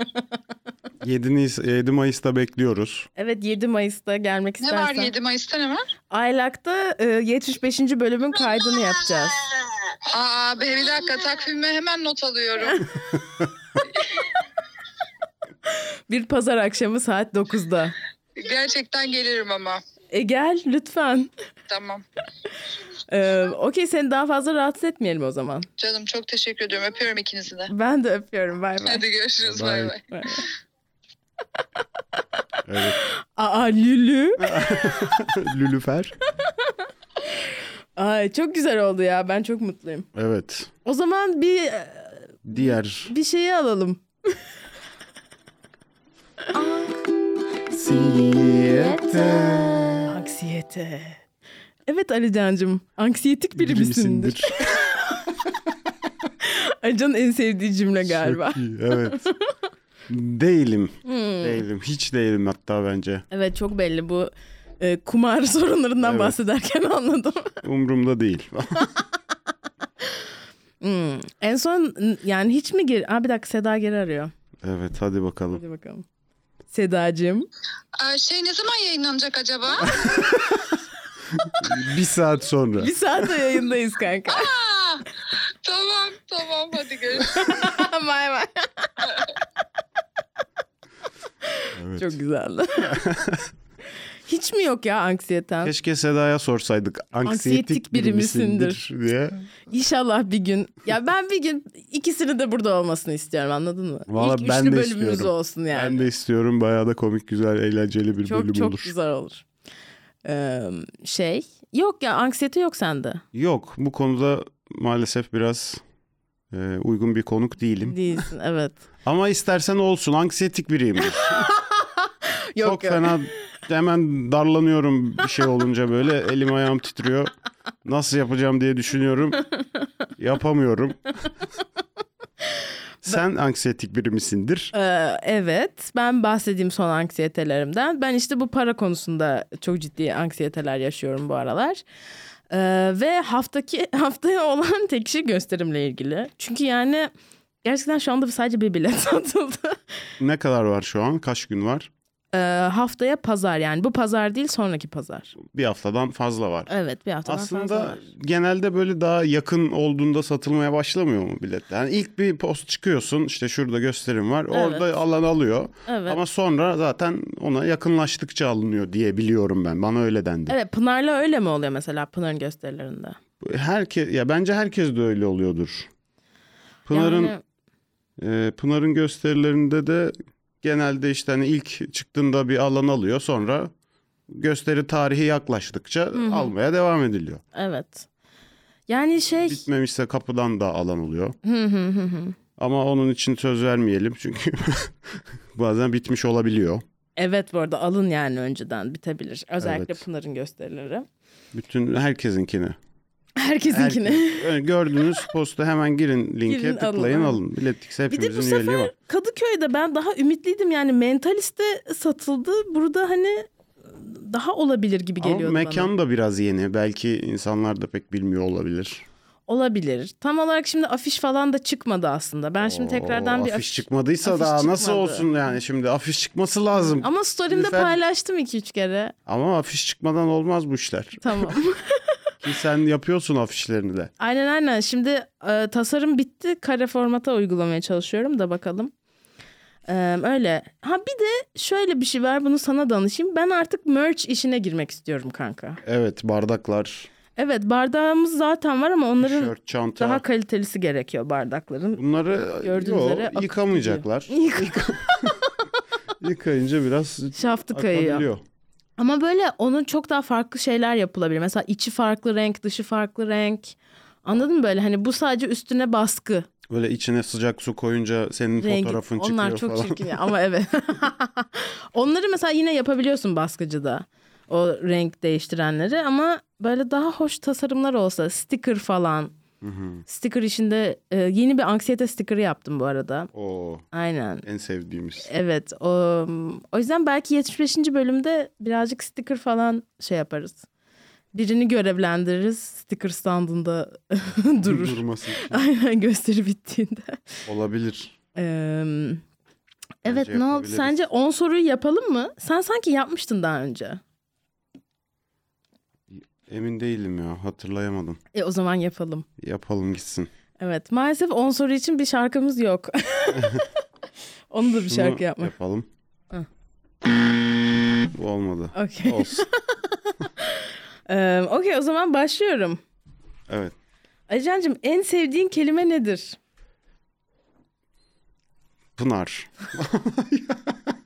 Speaker 3: 7, Nis- 7 Mayıs'ta bekliyoruz.
Speaker 2: Evet 7 Mayıs'ta gelmek
Speaker 6: Ne var
Speaker 2: istersen.
Speaker 6: 7 Mayıs'ta ne var?
Speaker 2: Aylak'ta e, 75. bölümün kaydını yapacağız.
Speaker 6: Aa be bir dakika takvime hemen not [laughs] alıyorum.
Speaker 2: Bir pazar akşamı saat 9'da.
Speaker 6: Gerçekten gelirim ama.
Speaker 2: E gel lütfen.
Speaker 6: Tamam.
Speaker 2: E, Okey seni daha fazla rahatsız etmeyelim o zaman.
Speaker 6: Canım çok teşekkür ediyorum. Öpüyorum ikinizi de.
Speaker 2: Ben de öpüyorum bay bay.
Speaker 6: Hadi görüşürüz.
Speaker 3: Bye.
Speaker 6: Bay bay.
Speaker 2: Bay bay.
Speaker 3: [laughs] Evet.
Speaker 2: Aa Lülü.
Speaker 3: Lülüfer.
Speaker 2: Ay çok güzel oldu ya ben çok mutluyum.
Speaker 3: Evet.
Speaker 2: O zaman bir
Speaker 3: Diğer
Speaker 2: bir şeyi alalım. Anksiyete. Evet Ali Can'cığım anksiyetik biri misindir? [laughs] Ali Can'ın en sevdiği cümle galiba. Hmm.
Speaker 3: Çok iyi, evet. değilim. Değilim. Hiç değilim hatta bence.
Speaker 2: Evet çok belli bu e, kumar [laughs] sorunlarından
Speaker 3: Evet.
Speaker 2: bahsederken anladım.
Speaker 3: Umrumda değil. [laughs]
Speaker 2: Hmm. En son n- yani hiç mi gir? Aa bir dakika Seda geri arıyor.
Speaker 3: evet hadi bakalım.
Speaker 2: Hadi bakalım. Sedacığım.
Speaker 6: [laughs] Aa, şey ne zaman yayınlanacak acaba?
Speaker 3: bir saat sonra.
Speaker 2: Bir saat yayındayız kanka.
Speaker 6: Aa, tamam tamam hadi görüşürüz.
Speaker 2: [laughs] bay bay.
Speaker 3: Evet.
Speaker 2: Çok
Speaker 3: [laughs]
Speaker 2: güzeldi. Hiç mi yok ya anksiyeten?
Speaker 3: Keşke Seda'ya sorsaydık. Anksiyetik
Speaker 2: Anksiyetik biri
Speaker 3: biri misindir diye.
Speaker 2: İnşallah bir gün. Ya ben bir gün ikisini de burada olmasını istiyorum anladın mı?
Speaker 3: Vallahi
Speaker 2: İlk
Speaker 3: ben
Speaker 2: üçlü
Speaker 3: de
Speaker 2: bölümümüz
Speaker 3: istiyorum.
Speaker 2: olsun yani.
Speaker 3: Ben de istiyorum. Bayağı da komik, güzel, eğlenceli bir bölüm
Speaker 2: çok çok
Speaker 3: olur.
Speaker 2: güzel olur. Ee, şey yok ya anksiyete yok sende.
Speaker 3: Yok, bu konuda maalesef biraz e, uygun bir konuk değilim.
Speaker 2: Değilsin evet.
Speaker 3: Ama istersen olsun. Anksiyetik biriyimdir.
Speaker 2: Yok
Speaker 3: çok
Speaker 2: yok.
Speaker 3: fena hemen darlanıyorum bir şey olunca böyle elim ayağım titriyor. Nasıl yapacağım diye düşünüyorum. Yapamıyorum. Sen anksiyetik biri misindir?
Speaker 2: Ee, evet ben bahsedeyim son anksiyetelerimden. Ben işte bu para konusunda çok ciddi anksiyeteler yaşıyorum bu aralar. Ee, ve haftaki [laughs] haftaya olan tek kişi gösterimle ilgili. Çünkü yani gerçekten şu anda sadece bir bilet [laughs] satıldı.
Speaker 3: Ne kadar var şu an? Kaç gün var?
Speaker 2: Ee, haftaya pazar yani bu pazar değil sonraki pazar.
Speaker 3: Bir haftadan fazla var.
Speaker 2: Evet bir haftadan fazla
Speaker 3: Aslında
Speaker 2: var.
Speaker 3: genelde böyle daha yakın olduğunda satılmaya başlamıyor mu biletler? Yani ilk bir post çıkıyorsun işte şurada gösterim var orada alan alıyor.
Speaker 2: Evet.
Speaker 3: Ama sonra zaten ona yakınlaştıkça alınıyor diye biliyorum ben. Bana öyle dendi.
Speaker 2: Evet Pınar'la öyle mi oluyor mesela Pınar'ın gösterilerinde?
Speaker 3: Herke ya bence herkes de öyle oluyordur. Pınar'ın
Speaker 2: Yani-
Speaker 3: e, Pınar'ın gösterilerinde de genelde işte hani ilk çıktığında bir alan alıyor sonra gösteri tarihi yaklaştıkça almaya devam ediliyor.
Speaker 2: Evet. Yani şey
Speaker 3: Bitmemişse kapıdan da alan oluyor. Ama onun için söz vermeyelim çünkü [laughs] bazen bitmiş olabiliyor.
Speaker 2: evet bu arada alın yani önceden bitebilir. Özellikle
Speaker 3: Evet.
Speaker 2: Pınar'ın gösterileri. [laughs]
Speaker 3: Bütün herkesinkini.
Speaker 2: Herkesinkini.
Speaker 3: Herkes- gördüğünüz posta hemen girin linke
Speaker 2: Girin, alın,
Speaker 3: tıklayın alın.
Speaker 2: ha.
Speaker 3: Biletix
Speaker 2: Bir de bu
Speaker 3: hepimizin üyeliği var.
Speaker 2: sefer Kadıköy'de ben daha ümitliydim yani mentaliste satıldı. Burada hani daha olabilir gibi
Speaker 3: Ama
Speaker 2: geliyordu
Speaker 3: mekan
Speaker 2: bana.
Speaker 3: da biraz yeni. Belki insanlar da pek bilmiyor olabilir.
Speaker 2: Olabilir. Tam olarak şimdi afiş falan da çıkmadı aslında. Ben şimdi tekrardan
Speaker 3: Oo,
Speaker 2: bir
Speaker 3: afiş, çıkmadıysa
Speaker 2: afiş
Speaker 3: daha nasıl
Speaker 2: çıkmadı.
Speaker 3: olsun yani şimdi afiş çıkması lazım. Ama,
Speaker 2: Ama story'imde
Speaker 3: Lütfen.
Speaker 2: paylaştım iki üç kere.
Speaker 3: afiş çıkmadan olmaz bu işler.
Speaker 2: Tamam.
Speaker 3: Ki sen yapıyorsun afişlerini de.
Speaker 2: Aynen aynen. Şimdi e, tasarım bitti. Kare formata uygulamaya çalışıyorum da bakalım. E, öyle. Ha bir de şöyle bir şey var. Bunu sana danışayım. Ben artık merch işine girmek istiyorum kanka.
Speaker 3: Evet bardaklar,
Speaker 2: Evet bardağımız zaten var ama onların
Speaker 3: tişört, çanta.
Speaker 2: daha kalitelisi gerekiyor bardakların. [laughs]
Speaker 3: Bunları
Speaker 2: Gördüğün
Speaker 3: yo,
Speaker 2: üzere akıp
Speaker 3: yıkamayacaklar. Yıkayınca biraz
Speaker 2: Şaftı kayıyor.
Speaker 3: akabiliyor.
Speaker 2: Ama böyle onun çok daha farklı şeyler yapılabilir. Mesela içi farklı renk, dışı farklı renk. Anladın mı böyle? Hani bu sadece üstüne baskı
Speaker 3: Böyle içine sıcak su koyunca senin
Speaker 2: rengi.
Speaker 3: fotoğrafın çıkıyor
Speaker 2: Onlar çok
Speaker 3: falan. [laughs]
Speaker 2: çirkin ya. ama evet. Onları mesela yine yapabiliyorsun baskıcıda. O renk değiştirenleri ama böyle daha hoş tasarımlar olsa sticker falan. Sticker işinde e, yeni bir anksiyete sticker'ı yaptım bu arada.
Speaker 3: Oo,
Speaker 2: Aynen.
Speaker 3: en sevdiğimiz.
Speaker 2: Evet. O, o yüzden belki 75. bölümde birazcık sticker falan şey yaparız. Birini görevlendiririz. Sticker standında [laughs] durur.
Speaker 3: Durması için.
Speaker 2: Aynen [laughs] gösteri bittiğinde.
Speaker 3: Olabilir.
Speaker 2: Ee, evet
Speaker 3: Bence
Speaker 2: ne oldu?
Speaker 3: yapabiliriz.
Speaker 2: Sence 10 soruyu yapalım mı? Sen sanki yapmıştın daha önce.
Speaker 3: Emin değilim ya hatırlayamadım.
Speaker 2: E o zaman yapalım.
Speaker 3: Yapalım gitsin.
Speaker 2: Evet maalesef 10 soru için bir şarkımız
Speaker 3: [laughs]
Speaker 2: yok. Onu da bir
Speaker 3: Şunu
Speaker 2: şarkı yapmak.
Speaker 3: Yapalım.
Speaker 2: Hı.
Speaker 3: Bu olmadı.
Speaker 2: Okey.
Speaker 3: Olsun.
Speaker 2: [laughs] Ee, Okey o zaman başlıyorum.
Speaker 3: Evet.
Speaker 2: Ajancığım en sevdiğin kelime nedir?
Speaker 3: Pınar.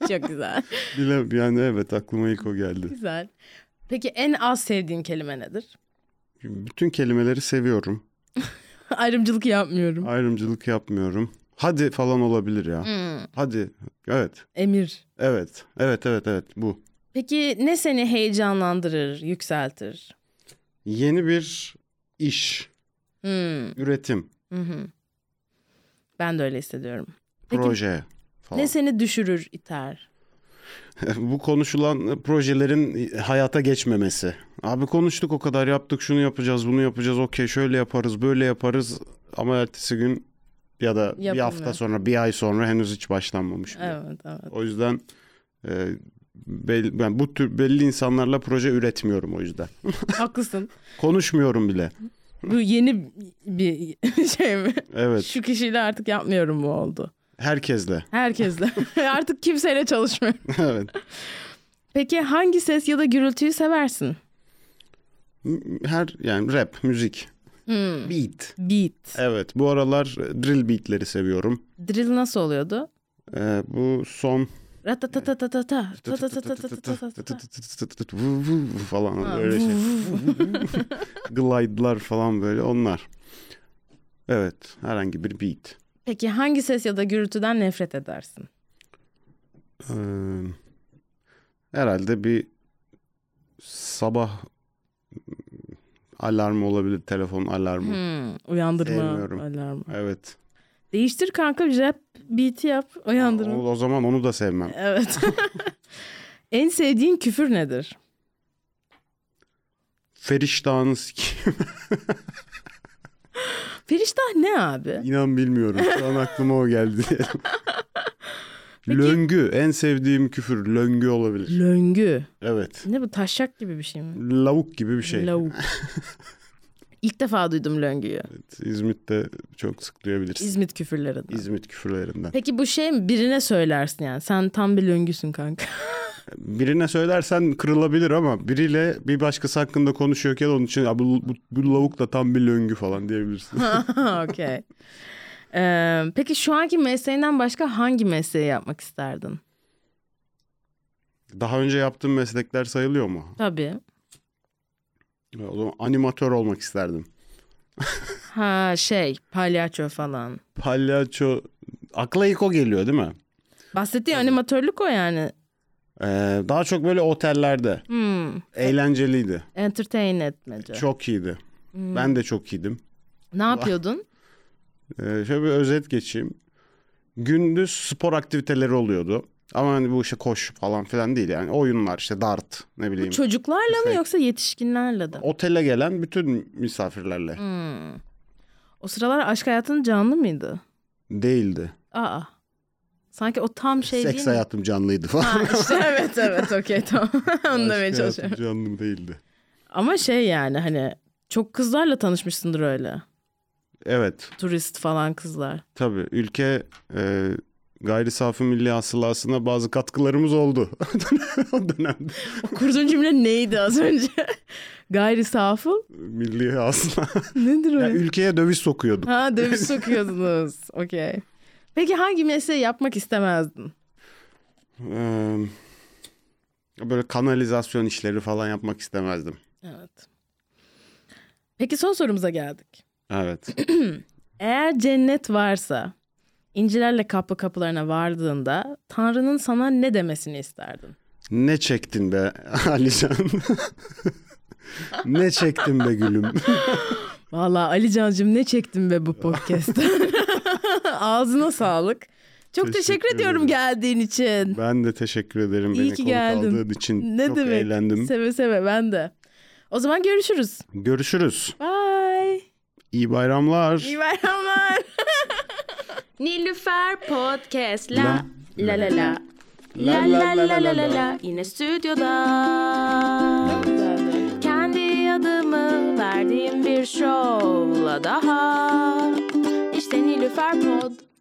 Speaker 2: Çok güzel. [laughs]
Speaker 3: Bile, yani evet aklıma ilk o geldi.
Speaker 2: Güzel. Peki en az sevdiğin kelime nedir? [laughs]
Speaker 3: Bütün kelimeleri seviyorum.
Speaker 2: Ayrımcılık yapmıyorum.
Speaker 3: Ayrımcılık yapmıyorum. Hadi falan olabilir ya. Hadi. Evet.
Speaker 2: Emir.
Speaker 3: Evet. Evet evet evet bu.
Speaker 2: Peki ne seni heyecanlandırır, yükseltir?
Speaker 3: Yeni bir iş,
Speaker 2: Hmm,
Speaker 3: üretim,
Speaker 2: hı hı. Ben de öyle hissediyorum. Peki
Speaker 3: proje falan.
Speaker 2: ne seni düşürür, iter?
Speaker 3: [laughs] bu konuşulan e, projelerin hayata geçmemesi. Abi konuştuk o kadar yaptık şunu yapacağız bunu yapacağız okey şöyle yaparız böyle yaparız ama ertesi gün ya da bir
Speaker 2: Yapılmıyor.
Speaker 3: [laughs] hafta sonra bir ay sonra henüz hiç başlanmamış. bile.
Speaker 2: Evet, evet.
Speaker 3: O yüzden e, bel- ben bu tür belli insanlarla proje üretmiyorum o yüzden.
Speaker 2: Haklısın.
Speaker 3: Konuşmuyorum bile.
Speaker 2: Bu yeni bir [laughs] şey mi?
Speaker 3: Evet.
Speaker 2: Şu kişiyle artık yapmıyorum mu oldu?
Speaker 3: Herkesle. [laughs]
Speaker 2: Herkesle. [laughs] artık kimseyle çalışmıyorum.
Speaker 3: evet.
Speaker 2: Peki hangi ses ya da gürültüyü seversin?
Speaker 3: Her yani rap, müzik, beat.
Speaker 2: Beat.
Speaker 3: Evet. Bu aralar e, drill beatleri seviyorum.
Speaker 2: Drill nasıl oluyordu?
Speaker 3: Ee, bu son
Speaker 2: Ratatatatata, tatatatatata.
Speaker 3: Vuv vuv falan öyle şey. Glide'lar falan böyle onlar. Evet, herhangi bir beat.
Speaker 2: Peki hangi ses ya da gürültüden nefret edersin?
Speaker 3: Ee, herhalde bir sabah hmm, alarmı olabilir, telefon alarmı.
Speaker 2: Hmm, uyandırma
Speaker 3: Sevmiyorum.
Speaker 2: alarmı.
Speaker 3: Evet.
Speaker 2: Değiştir kanka rap beat'i yap uyandırma.
Speaker 3: O, o zaman onu da sevmem.
Speaker 2: Evet. [laughs] en sevdiğin küfür nedir?
Speaker 3: Feriştahınız kim?
Speaker 2: Feriştah ne abi?
Speaker 3: İnan bilmiyorum. Şu an aklıma o geldi. Löngü. En sevdiğim küfür löngü olabilir.
Speaker 2: Löngü.
Speaker 3: Evet.
Speaker 2: Ne bu taşak gibi bir şey mi?
Speaker 3: Lavuk gibi bir şey. [laughs]
Speaker 2: Lavuk. İlk defa duydum löngüyü.
Speaker 3: İzmit'te çok sık duyabilirsin.
Speaker 2: İzmit küfürlerinden.
Speaker 3: İzmit küfürlerinden.
Speaker 2: Peki bu şey mi? Birine söylersin yani. Sen tam bir löngüsün
Speaker 3: [laughs]
Speaker 2: kanka. [laughs]
Speaker 3: Birine söylersen kırılabilir ama biriyle bir başkası hakkında konuşuyorken onun için "Ya bu, bu, bu lavuk da tam bir löngü falan diyebilirsin.
Speaker 2: Okey. Ee, peki şu anki mesleğinden başka hangi mesleği yapmak isterdin?
Speaker 3: Daha önce yaptığım meslekler sayılıyor mu?
Speaker 2: Tabii.
Speaker 3: O zaman animatör olmak isterdim.
Speaker 2: Ha şey palyaço falan.
Speaker 3: Palyaço akla ilk o geliyor değil mi?
Speaker 2: Bahsettiği animatörlük o yani.
Speaker 3: Ee, daha çok böyle otellerde.
Speaker 2: Hmm,
Speaker 3: Eğlenceliydi.
Speaker 2: entertain etmece.
Speaker 3: Çok iyiydi.
Speaker 2: Hmm.
Speaker 3: Ben de çok iyiydim.
Speaker 2: Ne yapıyordun?
Speaker 3: Ee, şöyle bir özet geçeyim. Gündüz spor aktiviteleri oluyordu. Ama hani bu işte koşu falan filan değil yani. Oyunlar işte dart ne bileyim.
Speaker 2: Çocuklarla mı
Speaker 3: Şey-
Speaker 2: yoksa yetişkinlerle de? mi?
Speaker 3: Otele gelen bütün misafirlerle
Speaker 2: Hmm. O sıralar aşk hayatın canlı mıydı?
Speaker 3: değildi.
Speaker 2: Aa. Sanki o tam şey
Speaker 3: Seks
Speaker 2: değil mi? [laughs]
Speaker 3: hayatım canlıydı falan.
Speaker 2: Ha, işte evet evet
Speaker 3: [laughs]
Speaker 2: okey tamam. Onu
Speaker 3: Aşk
Speaker 2: demeye
Speaker 3: hayatım
Speaker 2: çalışıyorum.
Speaker 3: canlı değildi.
Speaker 2: Ama şey yani hani çok kızlarla tanışmışsındır öyle.
Speaker 3: Evet
Speaker 2: Turist falan kızlar.
Speaker 3: tabii ülke e, gayri safi milli hasılasına bazı katkılarımız oldu. [laughs] o dönemde
Speaker 2: O kurduğun cümle neydi az önce? [laughs] Gayri safıl?
Speaker 3: milli hasıla.
Speaker 2: Nedir o?
Speaker 3: Ya
Speaker 2: ya?
Speaker 3: ülkeye döviz sokuyorduk.
Speaker 2: Ha
Speaker 3: [laughs]
Speaker 2: dövüş sokuyordunuz. Okey. Peki hangi mesleği yapmak istemezdin?
Speaker 3: Ee, böyle kanalizasyon işleri falan yapmak istemezdim.
Speaker 2: Evet. Peki son sorumuza geldik.
Speaker 3: Evet.
Speaker 2: Eğer cennet varsa incilerle kaplı kapılarına vardığında Tanrı'nın sana ne demesini isterdin?
Speaker 3: ne çektin be [laughs] Alican? ne çektin be gülüm?
Speaker 2: Vallahi Ali Can'cığım ne çektin be bu podcast'te. [laughs] Ağzına sağlık. Çok teşekkür,
Speaker 3: Teşekkür
Speaker 2: ediyorum
Speaker 3: ederim.
Speaker 2: geldiğin için.
Speaker 3: Ben de teşekkür ederim.
Speaker 2: İyi
Speaker 3: Beni
Speaker 2: ki
Speaker 3: konuk
Speaker 2: geldin.
Speaker 3: aldığın için
Speaker 2: Ne
Speaker 3: çok
Speaker 2: demek?
Speaker 3: eğlendim.
Speaker 2: Seve seve ben de. O zaman görüşürüz.
Speaker 3: Görüşürüz.
Speaker 2: Bye.
Speaker 3: İyi bayramlar.
Speaker 2: İyi bayramlar.
Speaker 1: Nilüfer Podcast
Speaker 3: La.
Speaker 1: la la la la. La la la la la la. Yine stüdyoda. Kendi adımı verdiğim bir şovla daha. İşte Nilüfer Pod.